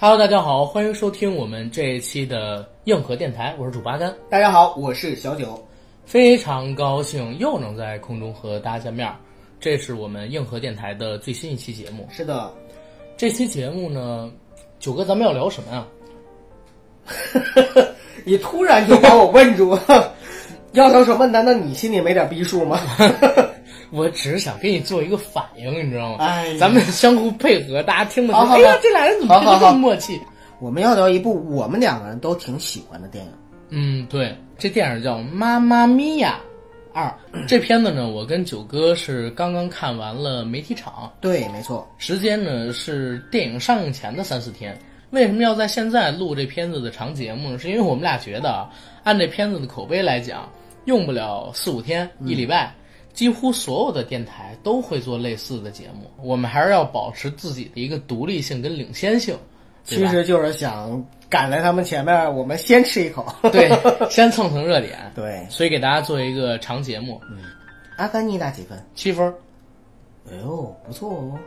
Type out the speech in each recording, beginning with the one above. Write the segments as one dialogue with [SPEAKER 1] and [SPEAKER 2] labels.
[SPEAKER 1] Hello，大家好，欢迎收听我们这一期的硬核电台，我是主八甘，
[SPEAKER 2] 大家好，我是小九。
[SPEAKER 1] 非常高兴又能在空中和大家见面儿。这是我们硬核电台的最新一期节目。
[SPEAKER 2] 是的，
[SPEAKER 1] 这期节目呢，九哥，咱们要聊什么呀？
[SPEAKER 2] 你突然就把我问住， 要聊什么？难道你心里没点逼数吗？
[SPEAKER 1] 我只是想给你做一个反应，你知道吗？
[SPEAKER 2] 哎呀
[SPEAKER 1] 咱们相互配合，大家听的时
[SPEAKER 2] 好
[SPEAKER 1] 候，
[SPEAKER 2] 好
[SPEAKER 1] 哎呀
[SPEAKER 2] 好，
[SPEAKER 1] 这俩人怎么
[SPEAKER 2] 好好
[SPEAKER 1] 这么
[SPEAKER 2] 好
[SPEAKER 1] 默契？
[SPEAKER 2] 我们要聊一部我们两个人都挺喜欢的电影。
[SPEAKER 1] 嗯，对，这电影叫《妈妈咪呀二》。这片子呢，我跟九哥是刚刚看完了媒体场，
[SPEAKER 2] 对，没错，
[SPEAKER 1] 时间呢是电影上映前的三四天。为什么要在现在录这片子的长节目呢？是因为我们俩觉得，啊，按这片子的口碑来讲，用不了四五天、
[SPEAKER 2] 嗯
[SPEAKER 1] 一礼拜，几乎所有的电台都会做类似的节目。我们还是要保持自己的一个独立性跟领先性。对
[SPEAKER 2] 其
[SPEAKER 1] 吧
[SPEAKER 2] 实就是想赶在他们前面，我们先吃一口。
[SPEAKER 1] 对，先蹭蹭热点。
[SPEAKER 2] 对，嗯
[SPEAKER 1] 所以给大家做一个长节目，
[SPEAKER 2] 阿甘你打几分？
[SPEAKER 1] 七分儿。
[SPEAKER 2] 哎呦，不错哦，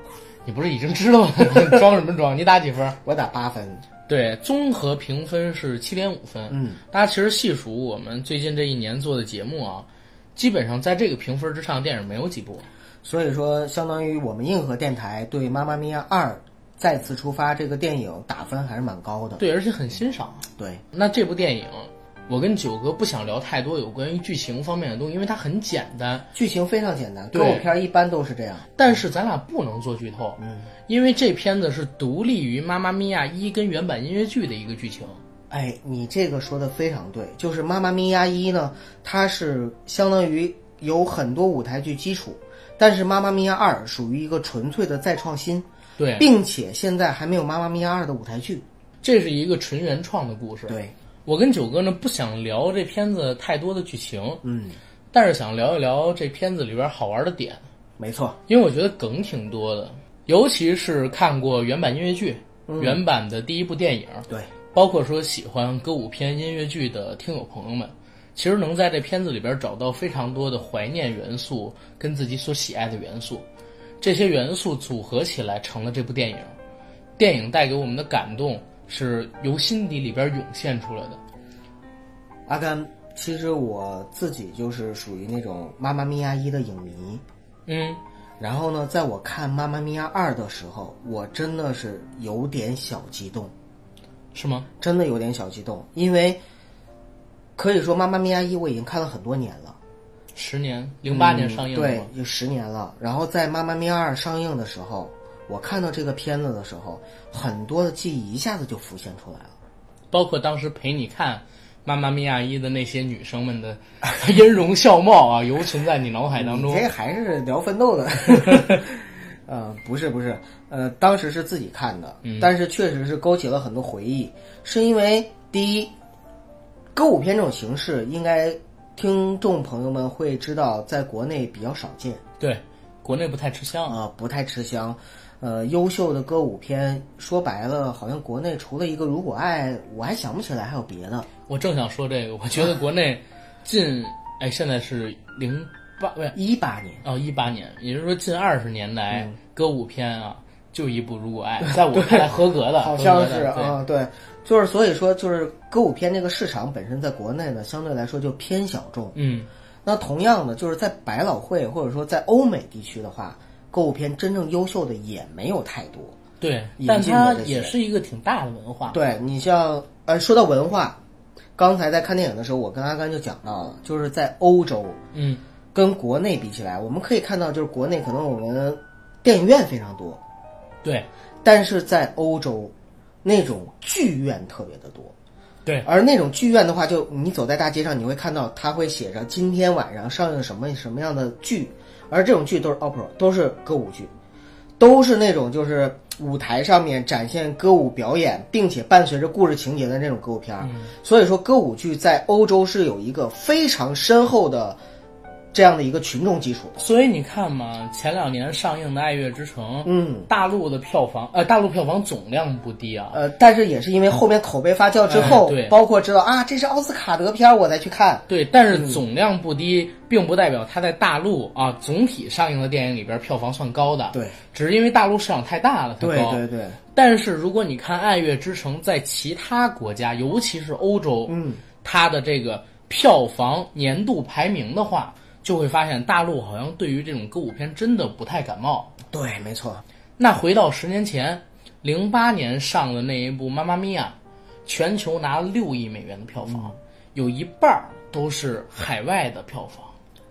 [SPEAKER 1] 你不是已经知道了吗？你装什么装？你打几分？
[SPEAKER 2] 我打八分。
[SPEAKER 1] 对，综合评分是七点五分。
[SPEAKER 2] 嗯，
[SPEAKER 1] 大家其实细数我们最近这一年做的节目啊，基本上在这个评分之上，电影没有几部。
[SPEAKER 2] 所以说，相当于我们硬核电台对《妈妈咪呀二》再次出发这个电影打分还是蛮高的。
[SPEAKER 1] 对，而且很欣赏。
[SPEAKER 2] 对，
[SPEAKER 1] 那这部电影，我跟九哥不想聊太多有关于剧情方面的东西，因为它很简单。
[SPEAKER 2] 剧情非常简单，
[SPEAKER 1] 对
[SPEAKER 2] 歌舞片一般都是这样。
[SPEAKER 1] 但是咱俩不能做剧透，
[SPEAKER 2] 嗯，
[SPEAKER 1] 因为这片子是独立于《妈妈咪呀一》跟原版音乐剧的一个剧情。
[SPEAKER 2] 哎，你这个说的非常对，就是《妈妈咪呀一》呢，它是相当于有很多舞台剧基础，但是《妈妈咪呀二》属于一个纯粹的再创新，
[SPEAKER 1] 对，
[SPEAKER 2] 并且现在还没有《妈妈咪呀二》的舞台剧。
[SPEAKER 1] 这是一个纯原创的故事。
[SPEAKER 2] 对，
[SPEAKER 1] 我跟九哥呢不想聊这片子太多的剧情，
[SPEAKER 2] 嗯，
[SPEAKER 1] 但是想聊一聊这片子里边好玩的点，
[SPEAKER 2] 没错，
[SPEAKER 1] 因为我觉得梗挺多的，尤其是看过原版音乐剧、原版的第一部电影，
[SPEAKER 2] 对，
[SPEAKER 1] 包括说喜欢歌舞片音乐剧的听友朋友们，其实能在这片子里边找到非常多的怀念元素跟自己所喜爱的元素，这些元素组合起来成了这部电影。电影带给我们的感动是由心底里边涌现出来的。
[SPEAKER 2] 阿甘，其实我自己就是属于那种《妈妈咪呀一》的影迷，
[SPEAKER 1] 嗯，
[SPEAKER 2] 然后呢，在我看《妈妈咪呀二》的时候，我真的是有点小激动。
[SPEAKER 1] 是吗？
[SPEAKER 2] 真的有点小激动，因为可以说《妈妈咪呀一》我已经看了很多年了，
[SPEAKER 1] 十年，零八年上映的
[SPEAKER 2] 嗯对
[SPEAKER 1] 吗？，
[SPEAKER 2] 有十年了。然后在《妈妈咪呀二》上映的时候，我看到这个片子的时候，很多的记忆一下子就浮现出来了。
[SPEAKER 1] 包括当时陪你看《妈妈咪呀一》的那些女生们的 音容笑貌啊，犹存在你脑海当
[SPEAKER 2] 你
[SPEAKER 1] 中。
[SPEAKER 2] 这还是聊奋 斗的。呃，不是不是，呃，当时是自己看的，
[SPEAKER 1] 嗯
[SPEAKER 2] 但是确实是勾起了很多回忆，是因为第一，歌舞片这种形式，应该听众朋友们会知道，在国内比较少见。
[SPEAKER 1] 对，国内不太吃香啊。
[SPEAKER 2] 啊、不太吃香。呃，优秀的歌舞片，说白了，好像国内除了一个《如果爱》，我还想不起来还有别的。
[SPEAKER 1] 我正想说这个，我觉得国内近哎，现在是零八不是
[SPEAKER 2] 一八年，
[SPEAKER 1] 哦一八年，也就是说近二十年来、
[SPEAKER 2] 嗯
[SPEAKER 1] 歌舞片啊，就一部《如果 爱》，在我看来合格的，
[SPEAKER 2] 好像
[SPEAKER 1] 合格
[SPEAKER 2] 是
[SPEAKER 1] 的
[SPEAKER 2] 啊、对，就是所以说，就是歌舞片这个市场本身在国内呢，相对来说就偏小众。
[SPEAKER 1] 对，嗯，
[SPEAKER 2] 那同样的，就是在百老汇或者说在欧美地区的话，歌舞片真正优秀的也没有太多。
[SPEAKER 1] 对，
[SPEAKER 2] 引
[SPEAKER 1] 但
[SPEAKER 2] 进的
[SPEAKER 1] 它
[SPEAKER 2] 这些
[SPEAKER 1] 也是一个挺大的文化。
[SPEAKER 2] 对你像呃，说到文化，刚才在看电影的时候，我跟阿甘就讲到了，就是在欧洲，
[SPEAKER 1] 嗯，
[SPEAKER 2] 跟国内比起来，我们可以看到，就是国内可能我们电影院非常多，
[SPEAKER 1] 对，
[SPEAKER 2] 但是在欧洲，那种剧院特别的多。
[SPEAKER 1] 对，
[SPEAKER 2] 而那种剧院的话，就你走在大街上，你会看到它会写着今天晚上上映什么什么样的剧，而这种剧都是 opera，都是歌舞剧，都是那种就是舞台上面展现歌舞表演，并且伴随着故事情节的那种歌舞片儿。所以说，歌舞剧在欧洲是有一个非常深厚的这样的一个群众基础。
[SPEAKER 1] 所以你看嘛，前两年上映的《爱乐之城》，
[SPEAKER 2] 嗯，
[SPEAKER 1] 大陆的票房，呃，大陆票房总量不低啊。
[SPEAKER 2] 呃，但是也是因为后面口碑发酵之后，
[SPEAKER 1] 哎对
[SPEAKER 2] 包括知道啊这是奥斯卡得片儿，我才去看。
[SPEAKER 1] 对，但是总量不低，并不代表它在大陆啊总体上映的电影里边票房算高的。
[SPEAKER 2] 对，
[SPEAKER 1] 只是因为大陆市场太大了，它
[SPEAKER 2] 对
[SPEAKER 1] 高。
[SPEAKER 2] 对对，
[SPEAKER 1] 但是如果你看《爱乐之城》在其他国家，尤其是欧洲，
[SPEAKER 2] 嗯，
[SPEAKER 1] 它的这个票房年度排名的话，就会发现大陆好像对于这种歌舞片真的不太感冒。
[SPEAKER 2] 对，没错。
[SPEAKER 1] 那回到十年前，零八年上的那一部《妈妈咪呀》，全球拿了六亿美元的票房，有一半儿都是海外的票房，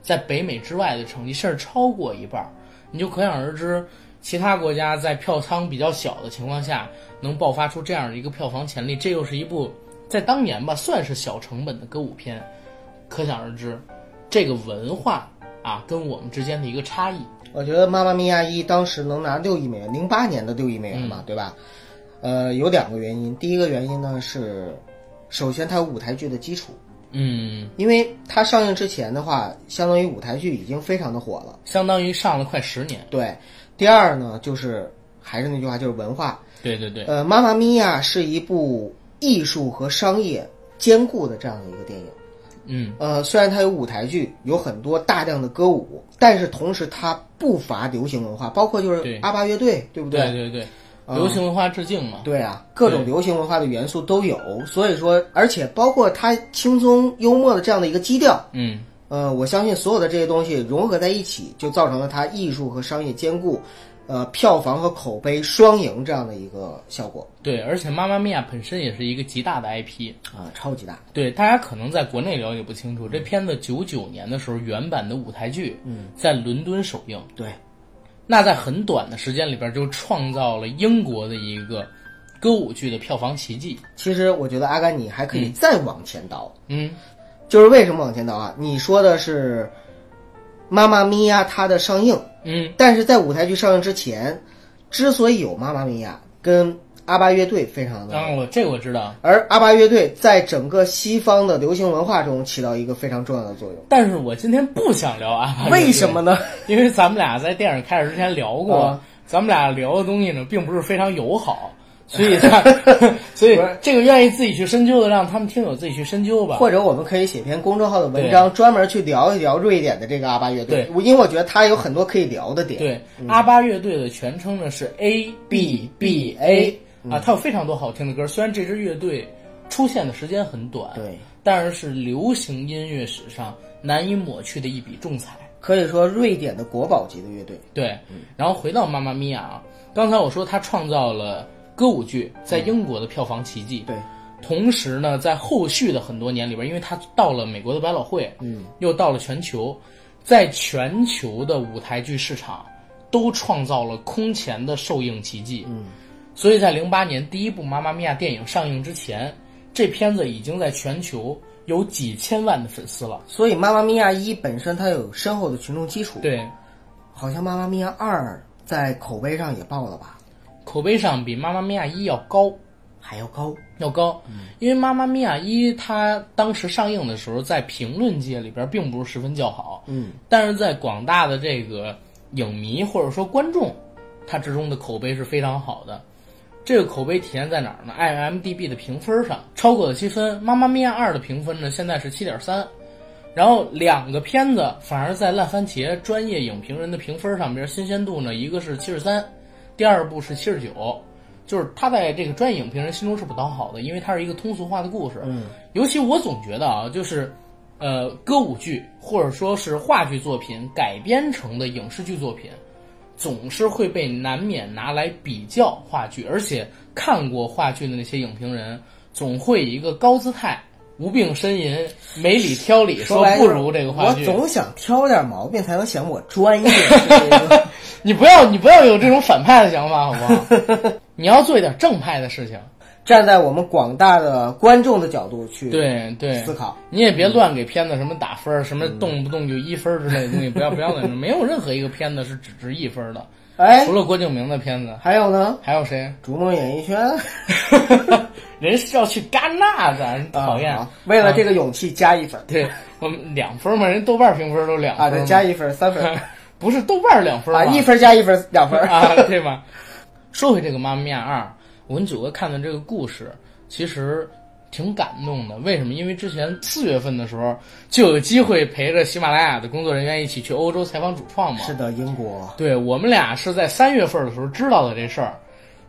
[SPEAKER 1] 在北美之外的成绩甚至超过一半儿，你就可想而知，其他国家在票仓比较小的情况下，能爆发出这样的一个票房潜力，这又是一部在当年吧算是小成本的歌舞片，可想而知，这个文化啊跟我们之间的一个差异。
[SPEAKER 2] 我觉得《妈妈咪呀一》当时能拿六亿美元，零八年的六亿美元
[SPEAKER 1] 嗯
[SPEAKER 2] 嘛，对吧？呃，有两个原因。第一个原因呢是，首先它有舞台剧的基础，
[SPEAKER 1] 嗯，
[SPEAKER 2] 因为它上映之前的话，相当于舞台剧已经非常的火了。
[SPEAKER 1] 相当于上了快十年。
[SPEAKER 2] 对，第二呢就是还是那句话，就是文化。
[SPEAKER 1] 对对对，
[SPEAKER 2] 呃，《妈妈咪呀》是一部艺术和商业兼顾的这样的一个电影。
[SPEAKER 1] 嗯，
[SPEAKER 2] 呃，虽然它有舞台剧，有很多大量的歌舞，但是同时它不乏流行文化，包括就
[SPEAKER 1] 对
[SPEAKER 2] 是阿巴乐队，对不
[SPEAKER 1] 对嗯对对，流行文化致敬嘛。
[SPEAKER 2] 对啊，各种流行文化的元素都有，所以说，而且包括它轻松幽默的这样的一个基调，
[SPEAKER 1] 嗯，
[SPEAKER 2] 呃，我相信所有的这些东西融合在一起，就造成了它艺术和商业兼顾，呃，票房和口碑双赢这样的一个效果
[SPEAKER 1] 对，而且《妈妈咪呀》本身也是一个极大的 IP。
[SPEAKER 2] 啊、超级大。
[SPEAKER 1] 对，嗯大家可能在国内了解不清楚，这片子九九年的时候原版的舞台剧，嗯，在伦敦首映，
[SPEAKER 2] 对，
[SPEAKER 1] 那在很短的时间里边就创造了英国的一个歌舞剧的票房奇迹。
[SPEAKER 2] 其实我觉得阿甘你还可以再往前倒，
[SPEAKER 1] 嗯，
[SPEAKER 2] 就是为什么往前倒啊？你说的是《妈妈咪呀》它的上映，
[SPEAKER 1] 嗯，
[SPEAKER 2] 但是在舞台剧上映之前，之所以有《妈妈咪呀》，跟阿巴乐队非常的
[SPEAKER 1] 当然我这个我知道，
[SPEAKER 2] 而阿巴乐队在整个西方的流行文化中起到一个非常重要的作用。
[SPEAKER 1] 但是我今天不想聊阿巴乐队
[SPEAKER 2] 为什么呢？
[SPEAKER 1] 因为咱们俩在电影开始之前聊过，
[SPEAKER 2] 啊
[SPEAKER 1] 咱们俩聊的东西呢，并不是非常友好，所以 他，所以
[SPEAKER 2] 不是
[SPEAKER 1] 这个愿意自己去深究的，让他们听友自己去深究吧。
[SPEAKER 2] 或者我们可以写篇公众号的文章，专门去聊一聊瑞典的这个阿巴乐队，
[SPEAKER 1] 对
[SPEAKER 2] 我因为我觉得它有很多可以聊的点。
[SPEAKER 1] 对，阿巴乐队的全称呢是 A B B A
[SPEAKER 2] 嗯
[SPEAKER 1] 啊，它有非常多好听的歌，虽然这支乐队出现的时间很短，
[SPEAKER 2] 对，
[SPEAKER 1] 但是是流行音乐史上难以抹去的一笔重彩。
[SPEAKER 2] 可以说瑞典的国宝级的乐队。
[SPEAKER 1] 对，
[SPEAKER 2] 嗯
[SPEAKER 1] 然后回到《妈妈咪呀》啊，刚才我说它创造了歌舞剧在
[SPEAKER 2] 嗯
[SPEAKER 1] 英国的票房奇迹，
[SPEAKER 2] 对，
[SPEAKER 1] 同时呢，在后续的很多年里边，因为他到了美国的百老汇，嗯，又到了全球，在全球的舞台剧市场都创造了空前的受映奇迹，嗯，所以在零八年第一部《妈妈咪呀》电影上映之前，这片子已经在全球有几千万的粉丝了。
[SPEAKER 2] 所以《妈妈咪呀一》本身它有深厚的群众基础。，
[SPEAKER 1] 对，
[SPEAKER 2] 好像《妈妈咪呀二》在口碑上也爆了吧，
[SPEAKER 1] 口碑上比《妈妈咪呀》一要高，
[SPEAKER 2] 还要高。
[SPEAKER 1] 要高，因为《妈妈咪呀一》它当时上映的时候，在评论界里边并不是十分较好，
[SPEAKER 2] 嗯，
[SPEAKER 1] 但是在广大的这个影迷或者说观众，它之中的口碑是非常好的。这个口碑体现在哪儿呢？IMDB 的评分上超过了七分，《妈妈咪呀二》的评分呢现在是七点三，然后两个片子反而在烂番茄专业影评人的评分上边新鲜度呢，一个是七十三，第二部是七十九，就是它在这个专业影评人心中是不讨好的，因为它是一个通俗化的故事。嗯，尤其我总觉得啊，就是呃歌舞剧或者说是话剧作品改编成的影视剧作品，总是会被难免拿来比较话剧，而且看过话剧的那些影评人，总会以一个高姿态、无病呻吟、没理挑理，说
[SPEAKER 2] 白
[SPEAKER 1] 不
[SPEAKER 2] 就是
[SPEAKER 1] 如这个话剧。
[SPEAKER 2] 我总想挑点毛病才能显我专业。 是这个
[SPEAKER 1] 你不要，你不要有这种反派的想法，好不 好？你要做一点正派的事情。
[SPEAKER 2] 站在我们广大的观众的角度去
[SPEAKER 1] 对对，
[SPEAKER 2] 思考，嗯
[SPEAKER 1] 你也别乱给片子什么打 分儿，什么动不动就一分儿之类的东西，不要不要在那，没有任何一个片子是只值一分儿的。
[SPEAKER 2] 哎，
[SPEAKER 1] 除了郭敬明的片子，
[SPEAKER 2] 还有呢，
[SPEAKER 1] 还有 谁？
[SPEAKER 2] 《逐梦演艺圈》
[SPEAKER 1] 人是要去戛纳的， 讨厌。啊
[SPEAKER 2] 啊好为了这个勇气加一分
[SPEAKER 1] 对我们两分嘛，人豆瓣评分都两分
[SPEAKER 2] 啊，
[SPEAKER 1] 嘛
[SPEAKER 2] 对，加一分，三分
[SPEAKER 1] 不是豆瓣两分
[SPEAKER 2] 啊，
[SPEAKER 1] 吗
[SPEAKER 2] 一分加一分，两分
[SPEAKER 1] 啊，对吧？说回这个《妈妈咪呀二》，我跟九哥看的这个故事，其实挺感动的。为什么？因为之前四月份的时候就有机会陪着喜马拉雅的工作人员一起去欧洲采访主创嘛。
[SPEAKER 2] 是的，英国
[SPEAKER 1] 对我们俩是在三月份的时候知道的这事儿，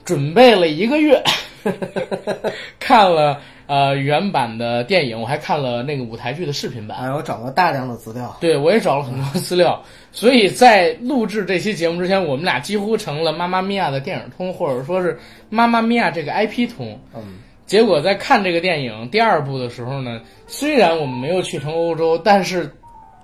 [SPEAKER 1] 准备了一个月， 看了呃原版的电影，我还看了那个舞台剧的视频版。
[SPEAKER 2] 还有找到大量的资料，
[SPEAKER 1] 对，我也找了很多资料， 所以在录制这期节目之前，我们俩几乎成了《妈妈咪呀》的电影通，或者说是《妈妈咪呀》这个 IP 通。
[SPEAKER 2] 嗯，
[SPEAKER 1] 结果在看这个电影第二部的时候呢，虽然我们没有去成欧洲，但是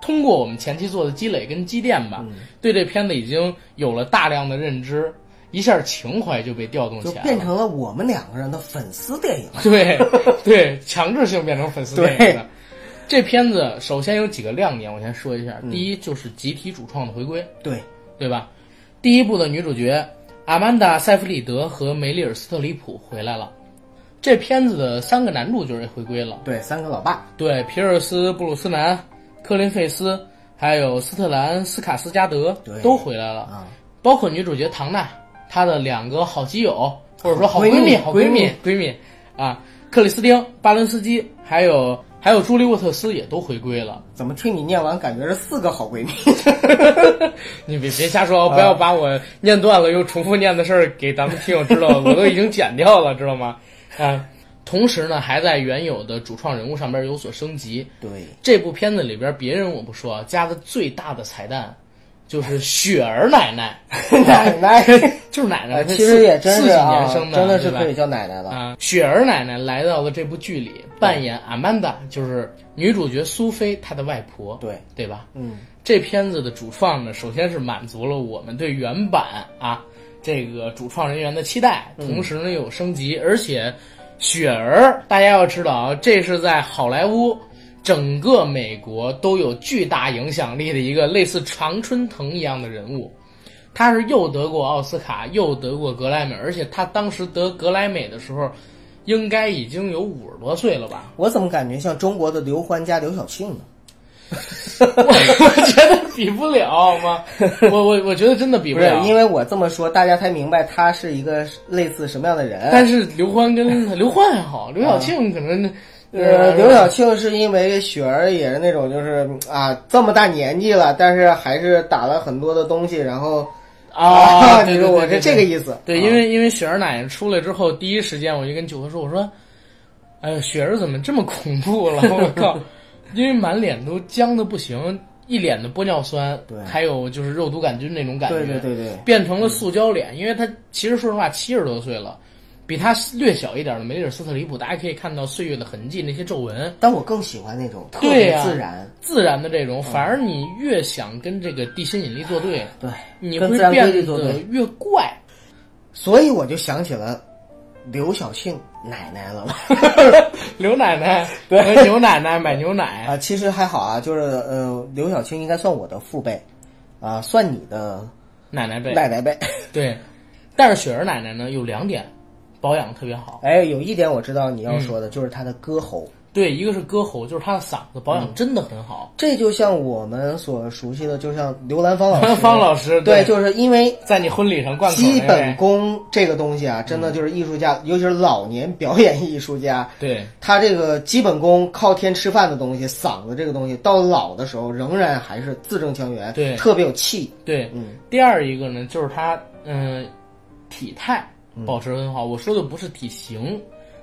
[SPEAKER 1] 通过我们前期做的积累跟积淀吧，
[SPEAKER 2] 嗯
[SPEAKER 1] 对这片子已经有了大量的认知，一下情怀就被调动
[SPEAKER 2] 就
[SPEAKER 1] 起来了，
[SPEAKER 2] 变成了我们两个人的粉丝电影。
[SPEAKER 1] 对对，强制性变成粉丝电影的。这片子首先有几个亮点，我先说一下。第一就是集体主创的回归，
[SPEAKER 2] 对，
[SPEAKER 1] 对吧？第一部的女主角阿曼达·塞弗里德和梅丽尔·斯特里普回来了。这片子的三个男主角也回归了，
[SPEAKER 2] 对，三个老爸，
[SPEAKER 1] 对，皮尔斯·布鲁斯南、科林·费斯，还有斯特兰·斯卡斯加德
[SPEAKER 2] 对
[SPEAKER 1] 都回来了，
[SPEAKER 2] 啊
[SPEAKER 1] 包括女主角唐娜，她的两个好基友或者说好
[SPEAKER 2] 闺蜜
[SPEAKER 1] 蜜、好
[SPEAKER 2] 闺蜜
[SPEAKER 1] 蜜、闺蜜啊，克里斯汀·巴伦斯基，还有还有朱莉·沃特斯也都回归了。
[SPEAKER 2] 怎么听你念完感觉是四个好闺蜜？
[SPEAKER 1] 你别别瞎说，不要把我念断了又重复念的事儿给咱们听友知道，我都已经剪掉了，知道吗？ 啊，同时呢，还在原有的主创人物上边有所升级。
[SPEAKER 2] 对，
[SPEAKER 1] 这部片子里边别人我不说，啊加的最大的彩蛋就是雪儿奶奶，
[SPEAKER 2] 奶奶，
[SPEAKER 1] 就是 奶奶，
[SPEAKER 2] 呃其实也真
[SPEAKER 1] 四
[SPEAKER 2] 是
[SPEAKER 1] 几
[SPEAKER 2] 啊
[SPEAKER 1] 年生，的，
[SPEAKER 2] 真的是
[SPEAKER 1] 对吧
[SPEAKER 2] 可以叫奶奶了。
[SPEAKER 1] 啊，雪儿奶奶来到了这部剧里，扮演阿曼达，就是女主角苏菲她的外婆，
[SPEAKER 2] 对
[SPEAKER 1] 对吧？
[SPEAKER 2] 嗯，
[SPEAKER 1] 这片子的主创呢，首先是满足了我们对原版啊这个主创人员的期待，
[SPEAKER 2] 嗯
[SPEAKER 1] 同时呢有升级，而且雪儿大家要知道啊，这是在好莱坞。整个美国都有巨大影响力的一个类似常春藤一样的人物，他是又得过奥斯卡，又得过格莱美，而且他当时得格莱美的时候，应该已经有五十多岁了吧？
[SPEAKER 2] 我怎么感觉像中国的刘欢加刘晓庆呢？
[SPEAKER 1] 我我觉得比不了吗？我我我觉得真的比
[SPEAKER 2] 不是
[SPEAKER 1] 了，，
[SPEAKER 2] 因为我这么说，大家才明白他是一个类似什么样的人。
[SPEAKER 1] 但是刘欢 跟刘欢还好，刘晓庆可能、
[SPEAKER 2] 啊呃，刘晓庆是因为雪儿也是那种，就是啊，这么大年纪了，但是还是打了很多的东西，然后
[SPEAKER 1] 啊，对
[SPEAKER 2] 你
[SPEAKER 1] 对
[SPEAKER 2] 说
[SPEAKER 1] 对
[SPEAKER 2] 我
[SPEAKER 1] 对
[SPEAKER 2] 是这个意思，
[SPEAKER 1] 对，
[SPEAKER 2] 啊
[SPEAKER 1] 因为因为雪儿奶奶出来之后，第一时间我就跟九哥说，我说，哎呦，雪儿怎么这么恐怖 了？我靠，因为满脸都僵的不行，一脸的玻尿酸，
[SPEAKER 2] 对
[SPEAKER 1] 还有就是肉毒杆菌那种感觉，
[SPEAKER 2] 对对对对，
[SPEAKER 1] 变成了塑胶脸，因为她其实说实话七十多岁了。比她略小一点的梅丽尔·斯特里普，大家可以看到岁月的痕迹，那些皱纹，
[SPEAKER 2] 但我更喜欢那种特
[SPEAKER 1] 对
[SPEAKER 2] 别
[SPEAKER 1] 呀
[SPEAKER 2] 自然，
[SPEAKER 1] 自然的这
[SPEAKER 2] 嗯
[SPEAKER 1] 种，反而你越想跟这个地心引力作对，
[SPEAKER 2] 对，
[SPEAKER 1] 你
[SPEAKER 2] 跟
[SPEAKER 1] 会
[SPEAKER 2] 自然规律
[SPEAKER 1] 变
[SPEAKER 2] 作
[SPEAKER 1] 得
[SPEAKER 2] 对，
[SPEAKER 1] 越 怪。
[SPEAKER 2] 所以我就想起了刘晓庆奶奶 了
[SPEAKER 1] 刘奶奶 和牛奶奶买牛奶，
[SPEAKER 2] 啊，其实还好啊，就是呃，刘晓庆应该算我的父辈，啊，算你的
[SPEAKER 1] 奶奶辈
[SPEAKER 2] 奶奶辈。
[SPEAKER 1] 对。但是雪儿奶奶呢，有两点保养特别好，
[SPEAKER 2] 哎，有一点我知道你要说
[SPEAKER 1] 嗯
[SPEAKER 2] 的，就是她的歌喉。
[SPEAKER 1] 对，一个是歌喉，就是她的嗓子保
[SPEAKER 2] 嗯
[SPEAKER 1] 养真的很好。
[SPEAKER 2] 这就像我们所熟悉的，就像刘兰芳老 师，
[SPEAKER 1] 方老师
[SPEAKER 2] 对，就是因为
[SPEAKER 1] 在你婚礼上贯口
[SPEAKER 2] 基
[SPEAKER 1] 那位，
[SPEAKER 2] 本
[SPEAKER 1] 嗯
[SPEAKER 2] 功这个东西啊，真的就是艺术家，尤其是老年表演艺术家，
[SPEAKER 1] 对
[SPEAKER 2] 他这个基本功靠天吃饭的东西，嗓子这个东西，到老的时候仍然还是字正腔圆，
[SPEAKER 1] 对
[SPEAKER 2] 特别有气。
[SPEAKER 1] 对。
[SPEAKER 2] 嗯，
[SPEAKER 1] 第二一个呢，就是她嗯、体态保持得很好。我说的不是体型，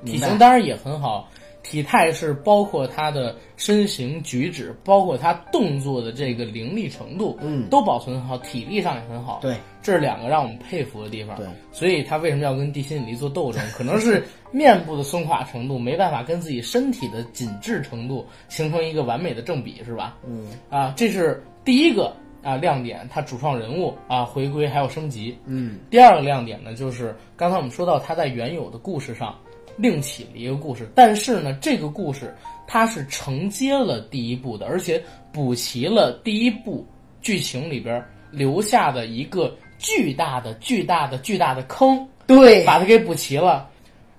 [SPEAKER 1] 体
[SPEAKER 2] 嗯明白
[SPEAKER 1] 型当然也很好，体态是包括她的身形举止，包括她动作的这个凌厉程度，
[SPEAKER 2] 嗯
[SPEAKER 1] 都保存很好，体力上也很好。
[SPEAKER 2] 对，
[SPEAKER 1] 这是两个让我们佩服的地方。
[SPEAKER 2] 对，
[SPEAKER 1] 所以她为什么要跟地心引力做斗 争？可能是面部的松垮程度没办法跟自己身体的紧致程度形成一个完美的正比，是吧？
[SPEAKER 2] 嗯，
[SPEAKER 1] 啊，这是第一个啊亮点，它主创人物啊回归还有升级。
[SPEAKER 2] 嗯，
[SPEAKER 1] 第二个亮点呢，就是刚才我们说到他在原有的故事上另起了一个故事，但是呢，这个故事它是承接了第一部的，而且补齐了第一部剧情里边留下的一个巨大的、巨大的、巨大的坑，
[SPEAKER 2] 对，
[SPEAKER 1] 把它给补齐了。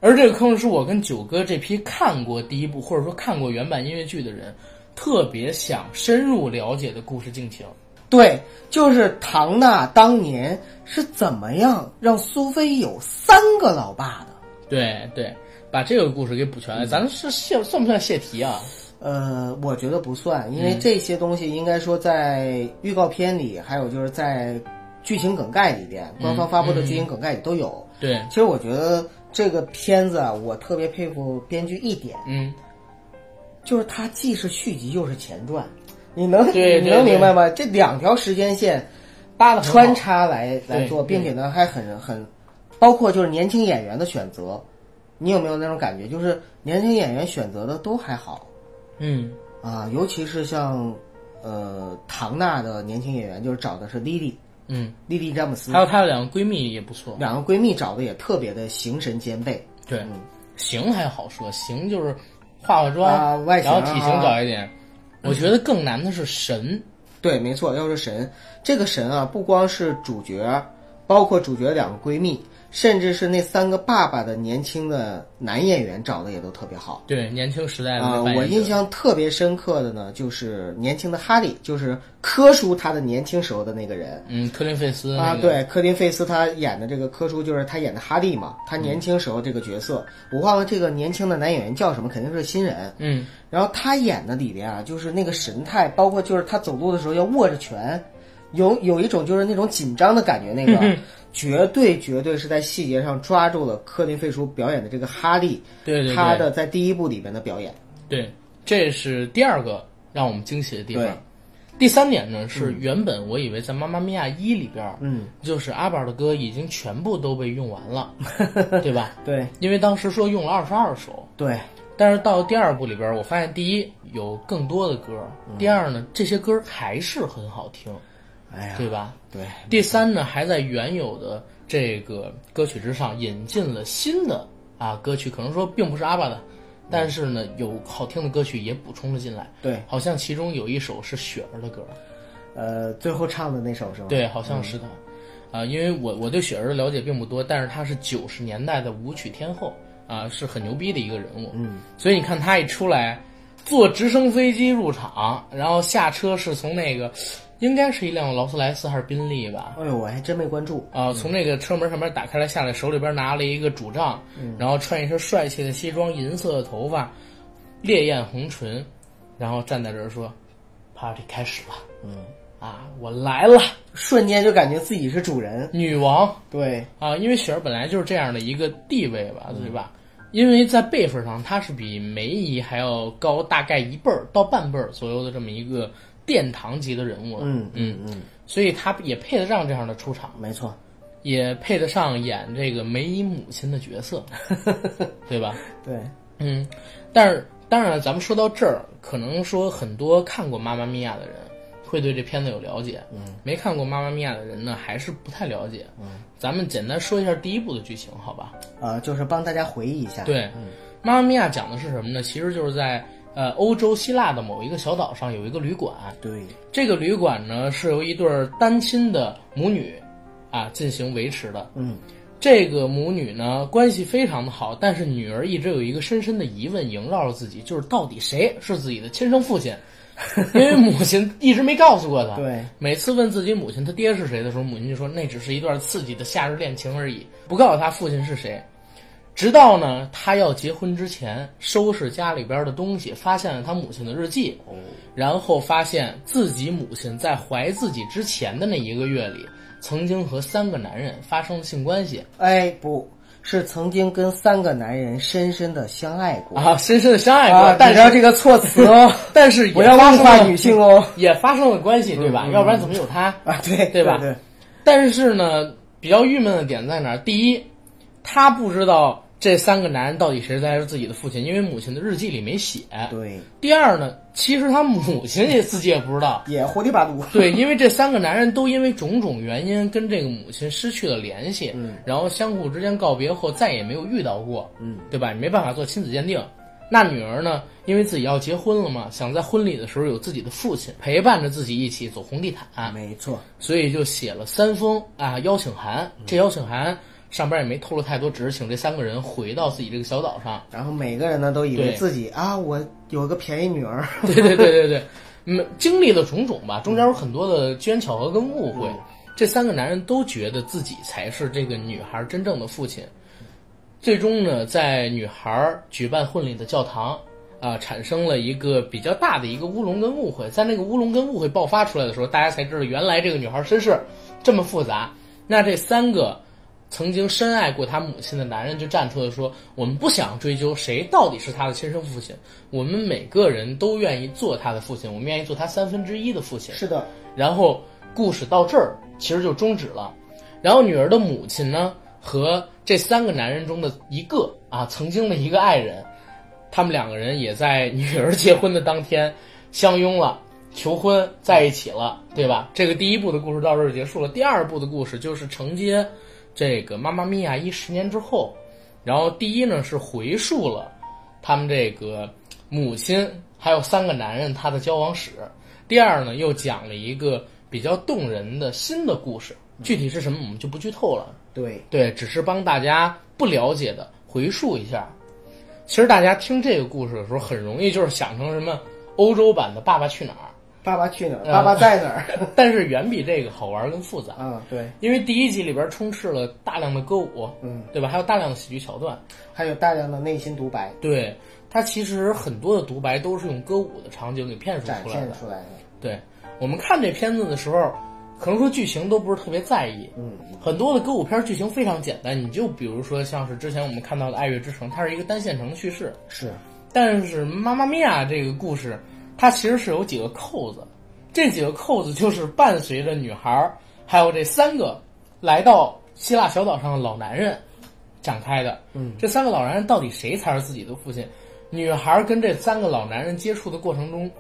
[SPEAKER 1] 而这个坑是我跟九哥这批看过第一部或者说看过原版音乐剧的人，特别想深入了解的故事进行。
[SPEAKER 2] 对，就是唐娜当年是怎么样让苏菲有三个老爸的？
[SPEAKER 1] 对对，把这个故事给补全
[SPEAKER 2] 嗯
[SPEAKER 1] 了。咱是泄算不算泄题啊？
[SPEAKER 2] 呃，我觉得不算，因为这些东西应该说在预告片里，还有就是在剧情梗概里边，官方发布的剧情梗概里都有。
[SPEAKER 1] 对，
[SPEAKER 2] 其实我觉得这个片子啊，我特别佩服编剧一点，
[SPEAKER 1] 嗯，
[SPEAKER 2] 就是它既是续集又是前传，你能
[SPEAKER 1] 对
[SPEAKER 2] 你
[SPEAKER 1] 对
[SPEAKER 2] 能
[SPEAKER 1] 对
[SPEAKER 2] 明白吗？这两条时间线
[SPEAKER 1] 扒了
[SPEAKER 2] 穿插来
[SPEAKER 1] 对
[SPEAKER 2] 来做，
[SPEAKER 1] 对
[SPEAKER 2] 并且呢还很很，包括就是年轻演员的选择，你有没有那种感觉？就是年轻演员选择的都还好
[SPEAKER 1] 嗯，
[SPEAKER 2] 啊，尤其是像呃唐娜的年轻演员，就是找的是莉莉，
[SPEAKER 1] 嗯，
[SPEAKER 2] 莉莉詹姆斯
[SPEAKER 1] 还，有她的两个闺蜜也不错。
[SPEAKER 2] 两个闺蜜找的也特别的形神兼备。
[SPEAKER 1] 对
[SPEAKER 2] 嗯，
[SPEAKER 1] 型还好说，型就是化化妆，
[SPEAKER 2] 啊外形
[SPEAKER 1] 然
[SPEAKER 2] 啊嗯
[SPEAKER 1] 后体型找一点。我觉得更难的是神，
[SPEAKER 2] 对，没错，要说神，这个神啊，不光是主角，包括主角两个闺蜜，甚至是那三个爸爸的年轻的男演员找的也都特别好。
[SPEAKER 1] 对年轻时代的
[SPEAKER 2] 啊、
[SPEAKER 1] 那扮演
[SPEAKER 2] 我
[SPEAKER 1] 者
[SPEAKER 2] 印象特别深刻的呢，就是年轻的哈利，就是科叔他的年轻时候的那个人
[SPEAKER 1] 嗯，科林费斯
[SPEAKER 2] 啊
[SPEAKER 1] 那，个，
[SPEAKER 2] 对，科林费斯他演的这个科叔就是他演的哈利嘛，他
[SPEAKER 1] 嗯
[SPEAKER 2] 年轻时候这个角色，我忘了这个年轻的男演员叫什么，肯定是新人。
[SPEAKER 1] 嗯，
[SPEAKER 2] 然后他演的里边啊，就是那个神态，包括就是他走路的时候要握着拳，有有一种就是那种紧张的感觉，那个、
[SPEAKER 1] 嗯
[SPEAKER 2] 绝对绝对是在细节上抓住了科林费叔表演的这个哈利，
[SPEAKER 1] 对对对，
[SPEAKER 2] 他的在第一部里边的表演。
[SPEAKER 1] 对，这是第二个让我们惊喜的地方。第三点呢是，原本我以为在《妈妈咪呀一》里边，
[SPEAKER 2] 嗯，
[SPEAKER 1] 就是阿宝的歌已经全部都被用完了，对吧？
[SPEAKER 2] 对
[SPEAKER 1] 因为当时说用了二十二首，
[SPEAKER 2] 对，
[SPEAKER 1] 但是到第二部里边，我发现第一有更多的歌，第二呢这些歌还是很好听，
[SPEAKER 2] 哎呀，
[SPEAKER 1] 对吧？
[SPEAKER 2] 对
[SPEAKER 1] 第三呢还在原有的这个歌曲之上引进了新的啊歌曲，可能说并不是阿爸的，但是呢有好听的歌曲也补充了进来。
[SPEAKER 2] 对，
[SPEAKER 1] 好像其中有一首是雪儿的歌，
[SPEAKER 2] 呃，最后唱的那首是吗？
[SPEAKER 1] 对，好像是她。啊、因为我我对雪儿的了解并不多，但是她是九十年代的舞曲天后啊、是很牛逼的一个人物。
[SPEAKER 2] 嗯，
[SPEAKER 1] 所以你看她一出来，坐直升飞机入场，然后下车是从那个，应该是一辆劳斯莱斯还是宾利吧？
[SPEAKER 2] 哎呦，我还真没关注。
[SPEAKER 1] 啊、从那个车门上面打开了下来，手里边拿了一个拄杖，
[SPEAKER 2] 嗯
[SPEAKER 1] 然后穿一身帅气的西装，银色的头发，烈焰红唇，然后站在这儿说：“Party 开始了，
[SPEAKER 2] 嗯，
[SPEAKER 1] 啊，我来了，
[SPEAKER 2] 瞬间就感觉自己是主人。
[SPEAKER 1] 女王
[SPEAKER 2] 对，
[SPEAKER 1] 啊！”因为雪儿本来就是这样的一个地位吧，对吧？因为在辈分上，她是比梅姨还要高大概一辈儿到半辈儿左右的这么一个殿堂级的人物，
[SPEAKER 2] 嗯
[SPEAKER 1] 嗯，
[SPEAKER 2] 嗯，
[SPEAKER 1] 所以她也配得上这样的出场。
[SPEAKER 2] 没错，
[SPEAKER 1] 也配得上演这个梅姨母亲的角色， 对吧？
[SPEAKER 2] 对，
[SPEAKER 1] 嗯，但是当然了，咱们说到这儿，可能说很多看过《妈妈咪呀》的人会对这片子有了解，嗯，没看过《妈妈咪呀》的人呢，还是不太了解。嗯，咱们简单说一下第一部的剧情，好吧？
[SPEAKER 2] 呃，就是帮大家回忆一下。，
[SPEAKER 1] 对，妈妈咪呀》讲的是什么呢？其实就是在呃欧洲希腊的某一个小岛上有一个旅馆，
[SPEAKER 2] 对，
[SPEAKER 1] 这个旅馆呢是由一对儿单亲的母女啊进行维持的。
[SPEAKER 2] 嗯，
[SPEAKER 1] 这个母女呢关系非常的好，但是女儿一直有一个深深的疑问萦绕着自己，就是到底谁是自己的亲生父亲？因为母亲一直没告诉过她。
[SPEAKER 2] 对，
[SPEAKER 1] 每次问自己母亲她爹是谁的时候，母亲就说那只是一段刺激的夏日恋情而已，不告诉她父亲是谁。直到呢，她要结婚之前，收拾家里边的东西，发现了她母亲的日记，然后发现自己母亲在怀自己之前的那一个月里，曾经和三个男人发生了性关系
[SPEAKER 2] 哎，不是曾经跟三个男人深深的相爱过
[SPEAKER 1] 啊，深深的相爱过，
[SPEAKER 2] 啊，
[SPEAKER 1] 但
[SPEAKER 2] 你知道
[SPEAKER 1] 是
[SPEAKER 2] 这个措辞 哦，
[SPEAKER 1] 但是也
[SPEAKER 2] 不要
[SPEAKER 1] 发
[SPEAKER 2] 物
[SPEAKER 1] 生
[SPEAKER 2] 化
[SPEAKER 1] 了
[SPEAKER 2] 女性哦。
[SPEAKER 1] 也发生了关系，对吧？
[SPEAKER 2] 嗯嗯
[SPEAKER 1] 要不然怎么有他？
[SPEAKER 2] 啊，对，
[SPEAKER 1] 对吧
[SPEAKER 2] 对，
[SPEAKER 1] 但是呢，比较郁闷的点在哪儿？第一，他不知道这三个男人到底谁才是自己的父亲，因为母亲的日记里没写。
[SPEAKER 2] 对，
[SPEAKER 1] 第二呢，其实他母亲也自己也不知道。
[SPEAKER 2] 也糊里八 涂。
[SPEAKER 1] 对，因为这三个男人都因为种种原因跟这个母亲失去了联系，然后相互之间告别后再也没有遇到过，
[SPEAKER 2] 嗯，
[SPEAKER 1] 对吧？你没办法做亲子鉴定。那女儿呢，因为自己要结婚了嘛，想在婚礼的时候有自己的父亲陪伴着自己一起走红地毯，
[SPEAKER 2] 啊没错，
[SPEAKER 1] 所以就写了三封啊邀请函。这邀请函上边也没透露太多，只是请这三个人回到自己这个小岛上。
[SPEAKER 2] 然后每个人呢都以为
[SPEAKER 1] 对
[SPEAKER 2] 自己啊，我有个便宜女儿，
[SPEAKER 1] 对对对对对，嗯，经历了种种吧，中间有很多的机缘巧合跟误会。这三个男人都觉得自己才是这个女孩真正的父亲。最终呢，在女孩举办婚礼的教堂啊、产生了一个比较大的一个乌龙跟误会。在那个乌龙跟误会爆发出来的时候，大家才知道原来这个女孩身世这么复杂。那这三个曾经深爱过他母亲的男人就站出来说：“我们不想追究谁到底是他的亲生父亲，我们每个人都愿意做他的父亲，我们愿意做他三分之一的父亲。”
[SPEAKER 2] 是的，
[SPEAKER 1] 然后故事到这儿其实就终止了。然后女儿的母亲呢，和这三个男人中的一个啊，曾经的一个爱人，他们两个人也在女儿结婚的当天相拥了。求婚在一起了，对吧？这个第一部的故事到这儿结束了。第二部的故事就是承接这个《妈妈咪呀》一十年之后，然后第一呢是回溯了他们这个母亲还有三个男人他的交往史。第二呢，又讲了一个比较动人的新的故事，具体是什么我们就不剧透了。
[SPEAKER 2] 对，
[SPEAKER 1] 对，只是帮大家不了解的回述一下。其实大家听这个故事的时候，很容易就是想成什么欧洲版的《爸爸去哪儿
[SPEAKER 2] 爸爸去哪儿？
[SPEAKER 1] 嗯
[SPEAKER 2] 爸爸在哪儿？》，
[SPEAKER 1] 但是远比这个好玩跟复杂。
[SPEAKER 2] 啊，对，
[SPEAKER 1] 因为第一集里边充斥了大量的歌舞，
[SPEAKER 2] 嗯，
[SPEAKER 1] 对吧？还有大量的喜剧桥段，
[SPEAKER 2] 还有大量的内心独白
[SPEAKER 1] 对它其实很多的独白都是用歌舞的场景给骗述
[SPEAKER 2] 展
[SPEAKER 1] 出来
[SPEAKER 2] 现
[SPEAKER 1] 的。
[SPEAKER 2] 出来的，
[SPEAKER 1] 对我们看这片子的时候，可能说剧情都不是特别在意，
[SPEAKER 2] 嗯，
[SPEAKER 1] 很多的歌舞片剧情非常简单，你就比如说像是之前我们看到的《爱乐之城》，它是一个单线程的叙事，
[SPEAKER 2] 是，
[SPEAKER 1] 但是《妈妈咪呀》这个故事，它其实是有几个扣子，这几个扣子就是伴随着女孩儿，还有这三个来到希腊小岛上的老男人展开的。
[SPEAKER 2] 嗯，
[SPEAKER 1] 这三个老男人到底谁才是自己的父亲？女孩儿跟这三个老男人接触的过程中，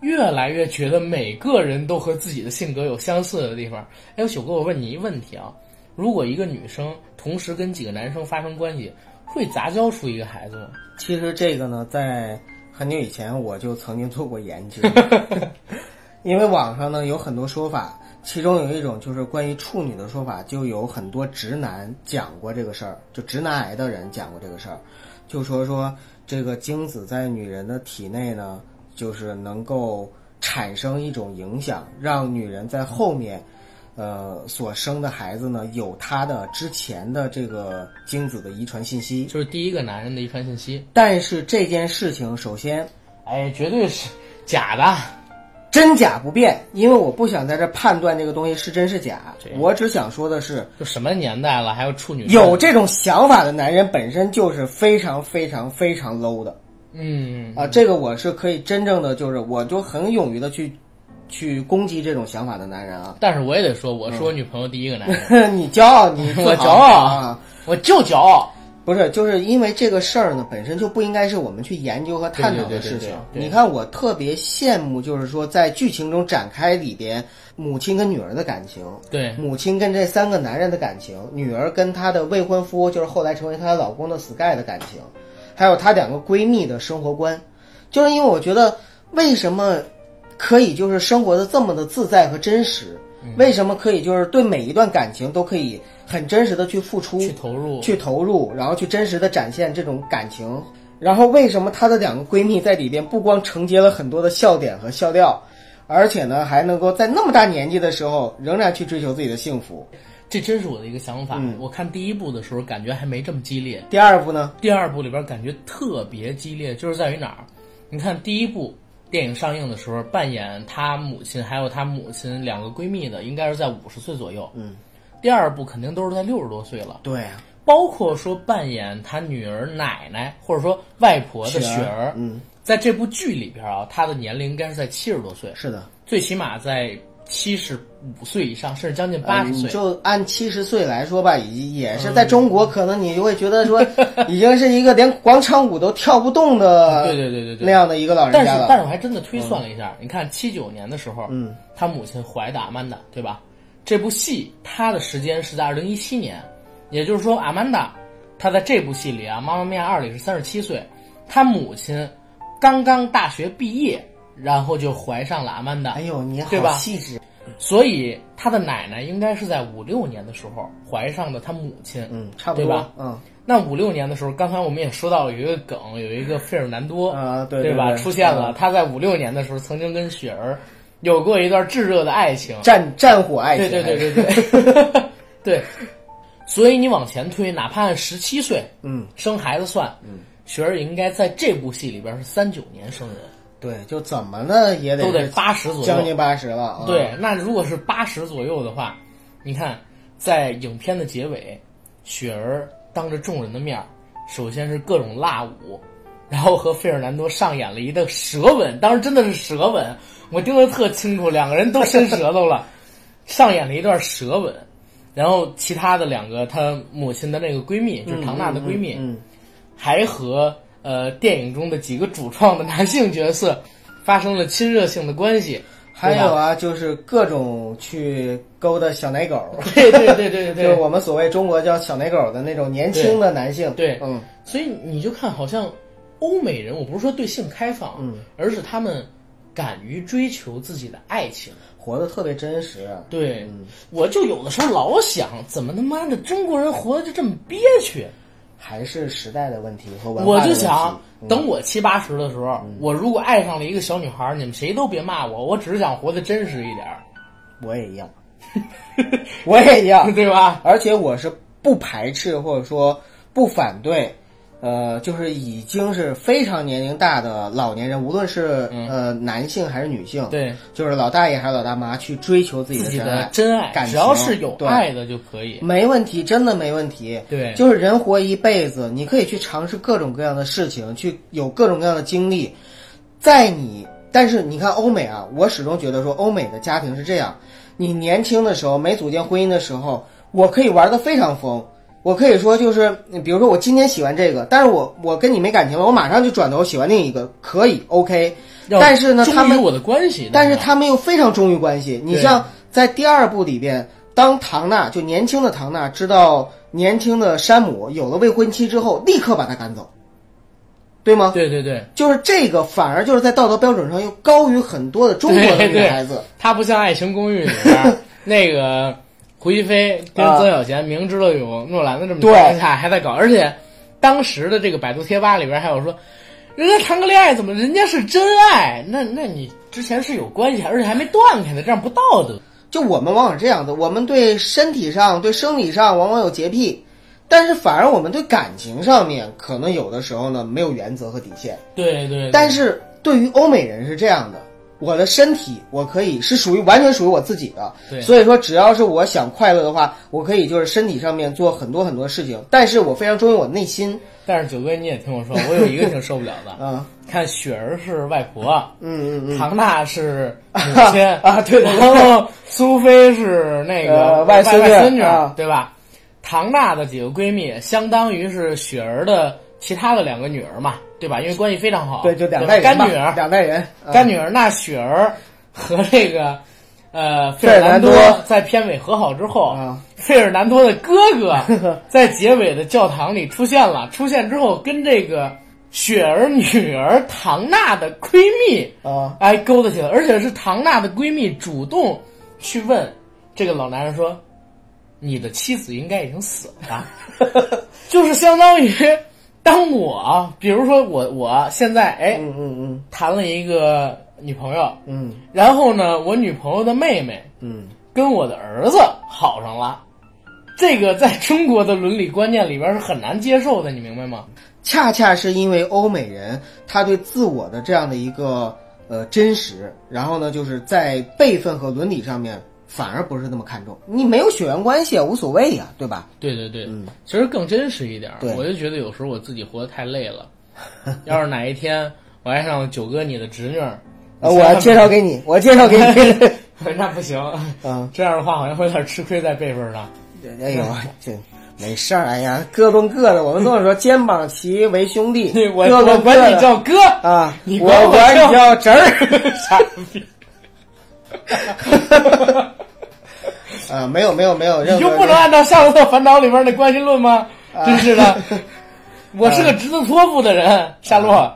[SPEAKER 1] 越来越觉得每个人都和自己的性格有相似的地方。哎，九哥，我问你一问题啊，如果一个女生同时跟几个男生发生关系，会杂交出一个孩子吗？
[SPEAKER 2] 其实这个呢，在很久以前我就曾经做过研究，因为网上呢有很多说法，其中有一种就是关于处女的说法，就有很多直男讲过这个事儿，就直男癌的人讲过这个事儿，就说说这个精子在女人的体内呢，就是能够产生一种影响，让女人在后面。呃，所生的孩子呢，有她的之前的这个精子的遗传信息，
[SPEAKER 1] 就是第一个男人的遗传信息。
[SPEAKER 2] 但是这件事情，首先
[SPEAKER 1] 哎，绝对是假的。
[SPEAKER 2] 真假不变，因为我不想在这判断这个东西是真是假。我只想说的是，
[SPEAKER 1] 就什么年代了，还有处女座
[SPEAKER 2] 有这种想法的男人本身就是非常非常非常 low 的
[SPEAKER 1] 嗯，
[SPEAKER 2] 啊、这个我是可以真正的，就是我就很勇于的去去攻击这种想法的男人啊。
[SPEAKER 1] 但是我也得说，我是我女朋友第一个男人，
[SPEAKER 2] 你骄傲，你自 豪
[SPEAKER 1] 我骄傲
[SPEAKER 2] 啊！
[SPEAKER 1] 我就骄傲。
[SPEAKER 2] 不是，就是因为这个事儿呢，本身就不应该是我们去研究和探
[SPEAKER 1] 对
[SPEAKER 2] 讨的
[SPEAKER 1] 对对
[SPEAKER 2] 事
[SPEAKER 1] 对
[SPEAKER 2] 情。
[SPEAKER 1] 对
[SPEAKER 2] 你看，我特别羡慕，就是说在剧情中展开里边，母亲跟女儿的感情，
[SPEAKER 1] 对，
[SPEAKER 2] 母亲跟这三个男人的感情，女儿跟她的未婚夫，就是后来成为她老公的 Sky 的感情，还有她两个闺蜜的生活观，就是因为我觉得为什么可以就是生活的这么的自在和真实，
[SPEAKER 1] 嗯
[SPEAKER 2] 为什么可以就是对每一段感情都可以很真实的去付出，
[SPEAKER 1] 去投入，
[SPEAKER 2] 去投入，然后去真实的展现这种感情。然后为什么她的两个闺蜜在里边不光承接了很多的笑点和笑料，而且呢还能够在那么大年纪的时候仍然去追求自己的幸福？
[SPEAKER 1] 这真是我的一个想法。
[SPEAKER 2] 嗯
[SPEAKER 1] 我看第一部的时候感觉还没这么激烈，
[SPEAKER 2] 第二部呢，
[SPEAKER 1] 第二部里边感觉特别激烈，就是在于哪儿？你看第一部电影上映的时候，扮演她母亲还有她母亲两个闺蜜的，应该是在五十岁左右。
[SPEAKER 2] 嗯，
[SPEAKER 1] 第二部肯定都是在六十多岁了。
[SPEAKER 2] 对啊，
[SPEAKER 1] 包括说扮演他女儿奶奶或者说外婆的雪儿，
[SPEAKER 2] 嗯，
[SPEAKER 1] 在这部剧里边啊，她的年龄应该是在七十多岁，
[SPEAKER 2] 是的，
[SPEAKER 1] 最起码在七十五岁以上，甚至将近八
[SPEAKER 2] 呃
[SPEAKER 1] 十
[SPEAKER 2] 你
[SPEAKER 1] 岁。嗯
[SPEAKER 2] 就按七十岁来说吧，也也是在中国，可能你就会觉得 说，已经是一个连广场舞都跳不动的，
[SPEAKER 1] 对对对对对
[SPEAKER 2] 那样的一嗯个老人
[SPEAKER 1] 但是
[SPEAKER 2] 家，了。
[SPEAKER 1] 但是我还真的推算了一下，你看七九年的时候，嗯，他母亲怀的阿曼达，对吧？这部戏她的时间是在二零一七年，也就是说，阿曼达她在这部戏里啊，《妈妈咪呀二》里是三十七岁，他母亲刚刚大学毕业，然后就怀上了阿曼达
[SPEAKER 2] 哎，呦，你
[SPEAKER 1] 对吧
[SPEAKER 2] 好细致，
[SPEAKER 1] 所以他的奶奶应该是在五六年的时候怀上的他母亲。
[SPEAKER 2] 嗯，差不
[SPEAKER 1] 对
[SPEAKER 2] 多
[SPEAKER 1] 吧，
[SPEAKER 2] 嗯，
[SPEAKER 1] 那五六年的时候，刚才我们也说到了有一个梗，有一个费尔南多
[SPEAKER 2] 啊对
[SPEAKER 1] 对
[SPEAKER 2] 对
[SPEAKER 1] 吧？
[SPEAKER 2] 对嗯
[SPEAKER 1] 出现了，他在五六年的时候曾经跟雪儿有过一段炙热的爱情。
[SPEAKER 2] 战战火爱
[SPEAKER 1] 对
[SPEAKER 2] 情，
[SPEAKER 1] 对对对 对对，所以你往前推，哪怕按十七岁
[SPEAKER 2] 嗯，
[SPEAKER 1] 生孩子算，雪儿也应该在这部戏里边是三九年生人，
[SPEAKER 2] 对，就怎么呢也
[SPEAKER 1] 都得
[SPEAKER 2] 是
[SPEAKER 1] 八十左右，
[SPEAKER 2] 将近八十了啊，
[SPEAKER 1] 对，那如果是八十左右的话，你看在影片的结尾，雪儿当着众人的面儿，首先是各种辣舞，然后和费尔南多上演了一个舌吻，当时真的是舌吻，我听得特清楚，两个人都伸舌头了，上演了一段舌吻。然后其他的两个，她母亲的那个闺蜜，就是唐娜的闺蜜，
[SPEAKER 2] 嗯，嗯
[SPEAKER 1] 还和呃电影中的几个主创的男性角色发生了亲热性的关系。
[SPEAKER 2] 还
[SPEAKER 1] 对吧
[SPEAKER 2] 有啊，就是各种去勾搭小奶狗，
[SPEAKER 1] 对对对对
[SPEAKER 2] 就是
[SPEAKER 1] 对，
[SPEAKER 2] 我们所谓中国叫小奶狗的那种年轻的男性，
[SPEAKER 1] 对
[SPEAKER 2] 嗯，
[SPEAKER 1] 所以你就看，好像欧美人，我不是说对性开放，
[SPEAKER 2] 嗯
[SPEAKER 1] 而是他们敢于追求自己的爱情。
[SPEAKER 2] 活得特别真实，
[SPEAKER 1] 对，
[SPEAKER 2] 嗯
[SPEAKER 1] 我就有的时候老想，怎么他妈的中国人活得就这么憋屈？
[SPEAKER 2] 还是时代的问题和文化
[SPEAKER 1] 我
[SPEAKER 2] 的
[SPEAKER 1] 就
[SPEAKER 2] 问题
[SPEAKER 1] 想，
[SPEAKER 2] 嗯
[SPEAKER 1] 等我七八十的时候，我如果爱上了一个小女孩，你们谁都别骂我，我只是想活得真实一点儿，
[SPEAKER 2] 我也一样，我也一 样，
[SPEAKER 1] 对吧？
[SPEAKER 2] 而且我是不排斥或者说不反对，呃，就是已经是非常年龄大的老年人，无论是、呃男性还是女性，，
[SPEAKER 1] 嗯对
[SPEAKER 2] 就是老大爷还是老大妈去追求自己
[SPEAKER 1] 自己
[SPEAKER 2] 真
[SPEAKER 1] 的
[SPEAKER 2] 爱，
[SPEAKER 1] 真爱，
[SPEAKER 2] 感情
[SPEAKER 1] 只要是有
[SPEAKER 2] 对
[SPEAKER 1] 爱的就可以。
[SPEAKER 2] 没问题，真的没问题。
[SPEAKER 1] 对
[SPEAKER 2] 就是人活一辈子，你可以去尝试各种各样的事情，去有各种各样的经历，在你。但是你看欧美啊，我始终觉得说欧美的家庭是这样：你年轻的时候没组建婚姻的时候，我可以玩的非常疯，我可以说就是，比如说我今天喜欢这个，但是我我跟你没感情了，我马上就转头喜欢另一个，可以 OK。
[SPEAKER 1] 要
[SPEAKER 2] 但是呢，
[SPEAKER 1] 忠于
[SPEAKER 2] 他们
[SPEAKER 1] 我的关系，
[SPEAKER 2] 但是
[SPEAKER 1] 吧
[SPEAKER 2] 他们又非常忠于关系。你
[SPEAKER 1] 对
[SPEAKER 2] 像在第二部里边，当唐娜就年轻的唐娜知道年轻的山姆有了未婚妻之后，立刻把他赶走，对吗？
[SPEAKER 1] 对对对，
[SPEAKER 2] 就是这个，反而就是在道德标准上又高于很多的中国的
[SPEAKER 1] 对
[SPEAKER 2] 女
[SPEAKER 1] 对
[SPEAKER 2] 孩子。
[SPEAKER 1] 他不像《爱情公寓》里边那个 胡一菲跟
[SPEAKER 2] 啊
[SPEAKER 1] 曾小贤明知道有诺兰的这么
[SPEAKER 2] 对
[SPEAKER 1] 大下还在搞，而且当时的这个百度贴吧里边还有说，人家谈个恋爱怎么人家是真爱？那那你之前是有关系，而且还没断开呢，这样不道德。
[SPEAKER 2] 就我们往往是这样的，我们对身体上、对生理上往往有洁癖，但是反而我们对感情上面可能有的时候呢没有原则和底线。
[SPEAKER 1] 对对，
[SPEAKER 2] 但是对于欧美人是这样的，我的身体我可以是属于完全属于我自己的，
[SPEAKER 1] 对
[SPEAKER 2] 所以说只要是我想快乐的话，我可以就是身体上面做很多很多事情，但是我非常忠于我内心，
[SPEAKER 1] 但是九哥你也听我说，我有一个挺受不了 的，
[SPEAKER 2] 啊，
[SPEAKER 1] 看雪儿是外婆，
[SPEAKER 2] 嗯嗯嗯，
[SPEAKER 1] 唐娜 是母亲
[SPEAKER 2] 啊对对对
[SPEAKER 1] 然后苏菲是那个
[SPEAKER 2] 呃外
[SPEAKER 1] 孙
[SPEAKER 2] 孙女
[SPEAKER 1] 女，
[SPEAKER 2] 啊
[SPEAKER 1] 对吧？唐娜的几个闺蜜，相当于是雪儿的其他的两个女儿嘛，对吧？因为关系非常好，
[SPEAKER 2] 对，就两
[SPEAKER 1] 吧
[SPEAKER 2] 代人吧
[SPEAKER 1] 干女儿，
[SPEAKER 2] 两代人，啊
[SPEAKER 1] 干女儿那雪儿和这个呃费
[SPEAKER 2] 费尔
[SPEAKER 1] 尔南
[SPEAKER 2] 南多
[SPEAKER 1] 在片尾和好之后，
[SPEAKER 2] 啊
[SPEAKER 1] 费尔南多的哥 哥在结尾的教堂里出现了，出现之后跟这个雪儿女儿唐娜的闺蜜
[SPEAKER 2] 啊，
[SPEAKER 1] 哎勾搭起来，而且是唐娜的闺蜜主动去问这个老男人说：“你的妻子应该已经死了吧？” 就是相当于当我啊比如说我我现在哎。
[SPEAKER 2] 嗯嗯
[SPEAKER 1] 谈了一个女朋友，
[SPEAKER 2] 嗯嗯
[SPEAKER 1] 然后呢，我女朋友的妹妹
[SPEAKER 2] 嗯，
[SPEAKER 1] 跟我的儿子好上了，这个在中国的伦理观念里边是很难接受的，你明白吗？
[SPEAKER 2] 恰恰是因为欧美人他对自我的这样的一个呃真实，然后呢，就是在辈分和伦理上面反而不是那么看重，你没有血缘关系也啊无所谓呀、对吧？
[SPEAKER 1] 对对对，
[SPEAKER 2] 嗯
[SPEAKER 1] 其实更真实一点儿
[SPEAKER 2] 对。
[SPEAKER 1] 我就觉得有时候我自己活得太累 了，要是哪一天我爱上了九哥你的侄女儿，
[SPEAKER 2] 呃，
[SPEAKER 1] 你
[SPEAKER 2] 我
[SPEAKER 1] 千万
[SPEAKER 2] 介绍给你，我介绍给你。
[SPEAKER 1] 别那不行，
[SPEAKER 2] 嗯，
[SPEAKER 1] 这样的话好像会有点吃亏在辈分上。，
[SPEAKER 2] 哎呦，这没事儿，哎呀，各论各的。我们都是说肩膀齐为兄弟
[SPEAKER 1] 我
[SPEAKER 2] 各
[SPEAKER 1] 我
[SPEAKER 2] 论各
[SPEAKER 1] 管
[SPEAKER 2] 的
[SPEAKER 1] 你叫哥，
[SPEAKER 2] 啊，
[SPEAKER 1] 你管
[SPEAKER 2] 我
[SPEAKER 1] 我
[SPEAKER 2] 管
[SPEAKER 1] 叫
[SPEAKER 2] 你叫侄儿。
[SPEAKER 1] 傻逼，
[SPEAKER 2] 啊，没有没有没有 任
[SPEAKER 1] 你就
[SPEAKER 2] 何
[SPEAKER 1] 啊 不能按照《夏洛特烦恼》里边的关系论吗？真是的，我是个侄子托付的人，夏洛。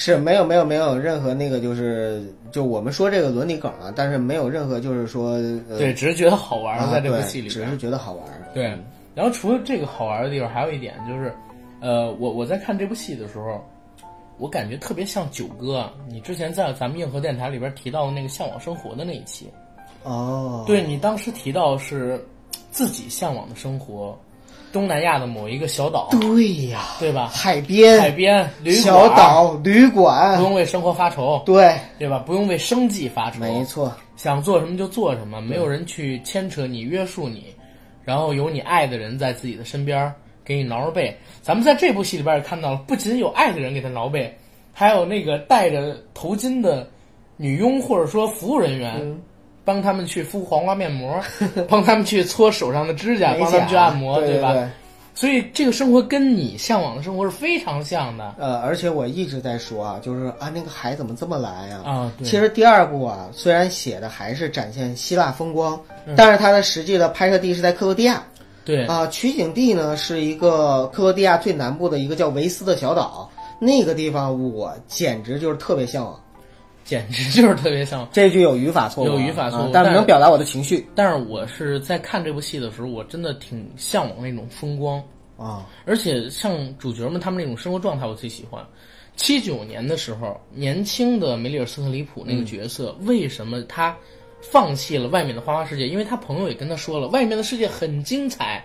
[SPEAKER 2] 是没有没有没有任何那个就是就我们说这个伦理梗啊，但是没有任何就是说呃
[SPEAKER 1] 对，只是觉得好玩
[SPEAKER 2] 啊
[SPEAKER 1] 儿，在这部
[SPEAKER 2] 对
[SPEAKER 1] 戏里
[SPEAKER 2] 只
[SPEAKER 1] 边。
[SPEAKER 2] 是觉得好玩儿。
[SPEAKER 1] 对，然后除了这个好玩的地方，还有一点就是，呃，我我在看这部戏的时候，我感觉特别像九哥，啊你之前在咱们硬核电台里边提到的那个向往生活的那一期，
[SPEAKER 2] 哦，
[SPEAKER 1] 对你当时提到是自己向往的生活，东南亚的某一个小岛，
[SPEAKER 2] 对呀，
[SPEAKER 1] 对吧？
[SPEAKER 2] 海边、
[SPEAKER 1] 海边、旅馆、
[SPEAKER 2] 小，岛、旅
[SPEAKER 1] 不
[SPEAKER 2] 馆，
[SPEAKER 1] 用为生活发愁，
[SPEAKER 2] 对，
[SPEAKER 1] 对吧？不用为生计发愁，
[SPEAKER 2] 没错，
[SPEAKER 1] 想做什么就做什么，没有人去牵扯你、约束你，然后有你爱的人在自己的身边儿给你挠挠背。咱们在这部戏里边也看到了，不仅有爱的人给他挠背，还有那个戴着头巾的女佣或者说服务人员。
[SPEAKER 2] 嗯
[SPEAKER 1] 帮他们去敷黄瓜面膜，帮他们去搓手上的指甲，
[SPEAKER 2] 美
[SPEAKER 1] 帮他们
[SPEAKER 2] 甲
[SPEAKER 1] 去按摩，
[SPEAKER 2] 啊对
[SPEAKER 1] 吧？
[SPEAKER 2] 对
[SPEAKER 1] 所以这个生活跟你向往的生活是非常像的
[SPEAKER 2] 呃，而且我一直在说啊，就是啊，那个海怎么这么蓝呀、
[SPEAKER 1] 啊。对，
[SPEAKER 2] 其实第二部啊，虽然写的还是展现希腊风光，但是它的实际的拍摄地是在克罗地亚
[SPEAKER 1] 嗯对
[SPEAKER 2] 啊、取景地呢是一个克罗地亚最南部的一个叫维斯的小岛，那个地方我简直就是特别向往。
[SPEAKER 1] 简直就是特别像
[SPEAKER 2] 这句有语法错误啊，
[SPEAKER 1] 有语法错误
[SPEAKER 2] 啊但
[SPEAKER 1] 但
[SPEAKER 2] 能表达我的情绪
[SPEAKER 1] 但是我是在看这部戏的时候，我真的挺向往那种风光，
[SPEAKER 2] 啊。
[SPEAKER 1] 而且像主角们他们那种生活状态，我最喜欢。七九年的时候，年轻的梅里尔·斯特里普那个角色，为什么他放弃了外面的花花世界？因为他朋友也跟他说了，外面的世界很精彩，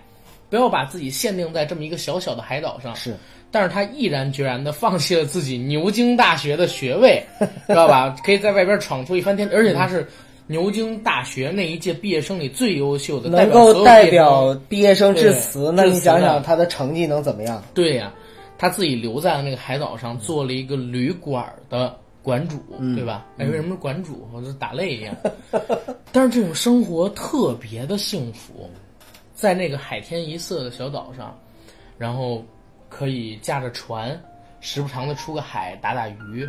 [SPEAKER 1] 不要把自己限定在这么一个小小的海岛上。
[SPEAKER 2] 是，
[SPEAKER 1] 但是他毅然决然的放弃了自己牛津大学的学 位，知道吧？可以在外边闯出一番天，而且他是牛津大学那一届毕业生里最优秀的，
[SPEAKER 2] 能
[SPEAKER 1] 表所
[SPEAKER 2] 够
[SPEAKER 1] 有
[SPEAKER 2] 代
[SPEAKER 1] 毕业生
[SPEAKER 2] 表毕业生致
[SPEAKER 1] 对
[SPEAKER 2] 辞，那
[SPEAKER 1] 致
[SPEAKER 2] 你
[SPEAKER 1] 辞
[SPEAKER 2] 想
[SPEAKER 1] 的
[SPEAKER 2] 想他的成绩能怎么样？
[SPEAKER 1] 对呀、他自己留在了那个海岛上，做了一个旅馆的馆主，对吧？哎，为什么是馆主？我就打擂一样。 但是这种生活特别的幸福，在那个海天一色的小岛上，然后可以驾着船，时不常的出个海打打鱼，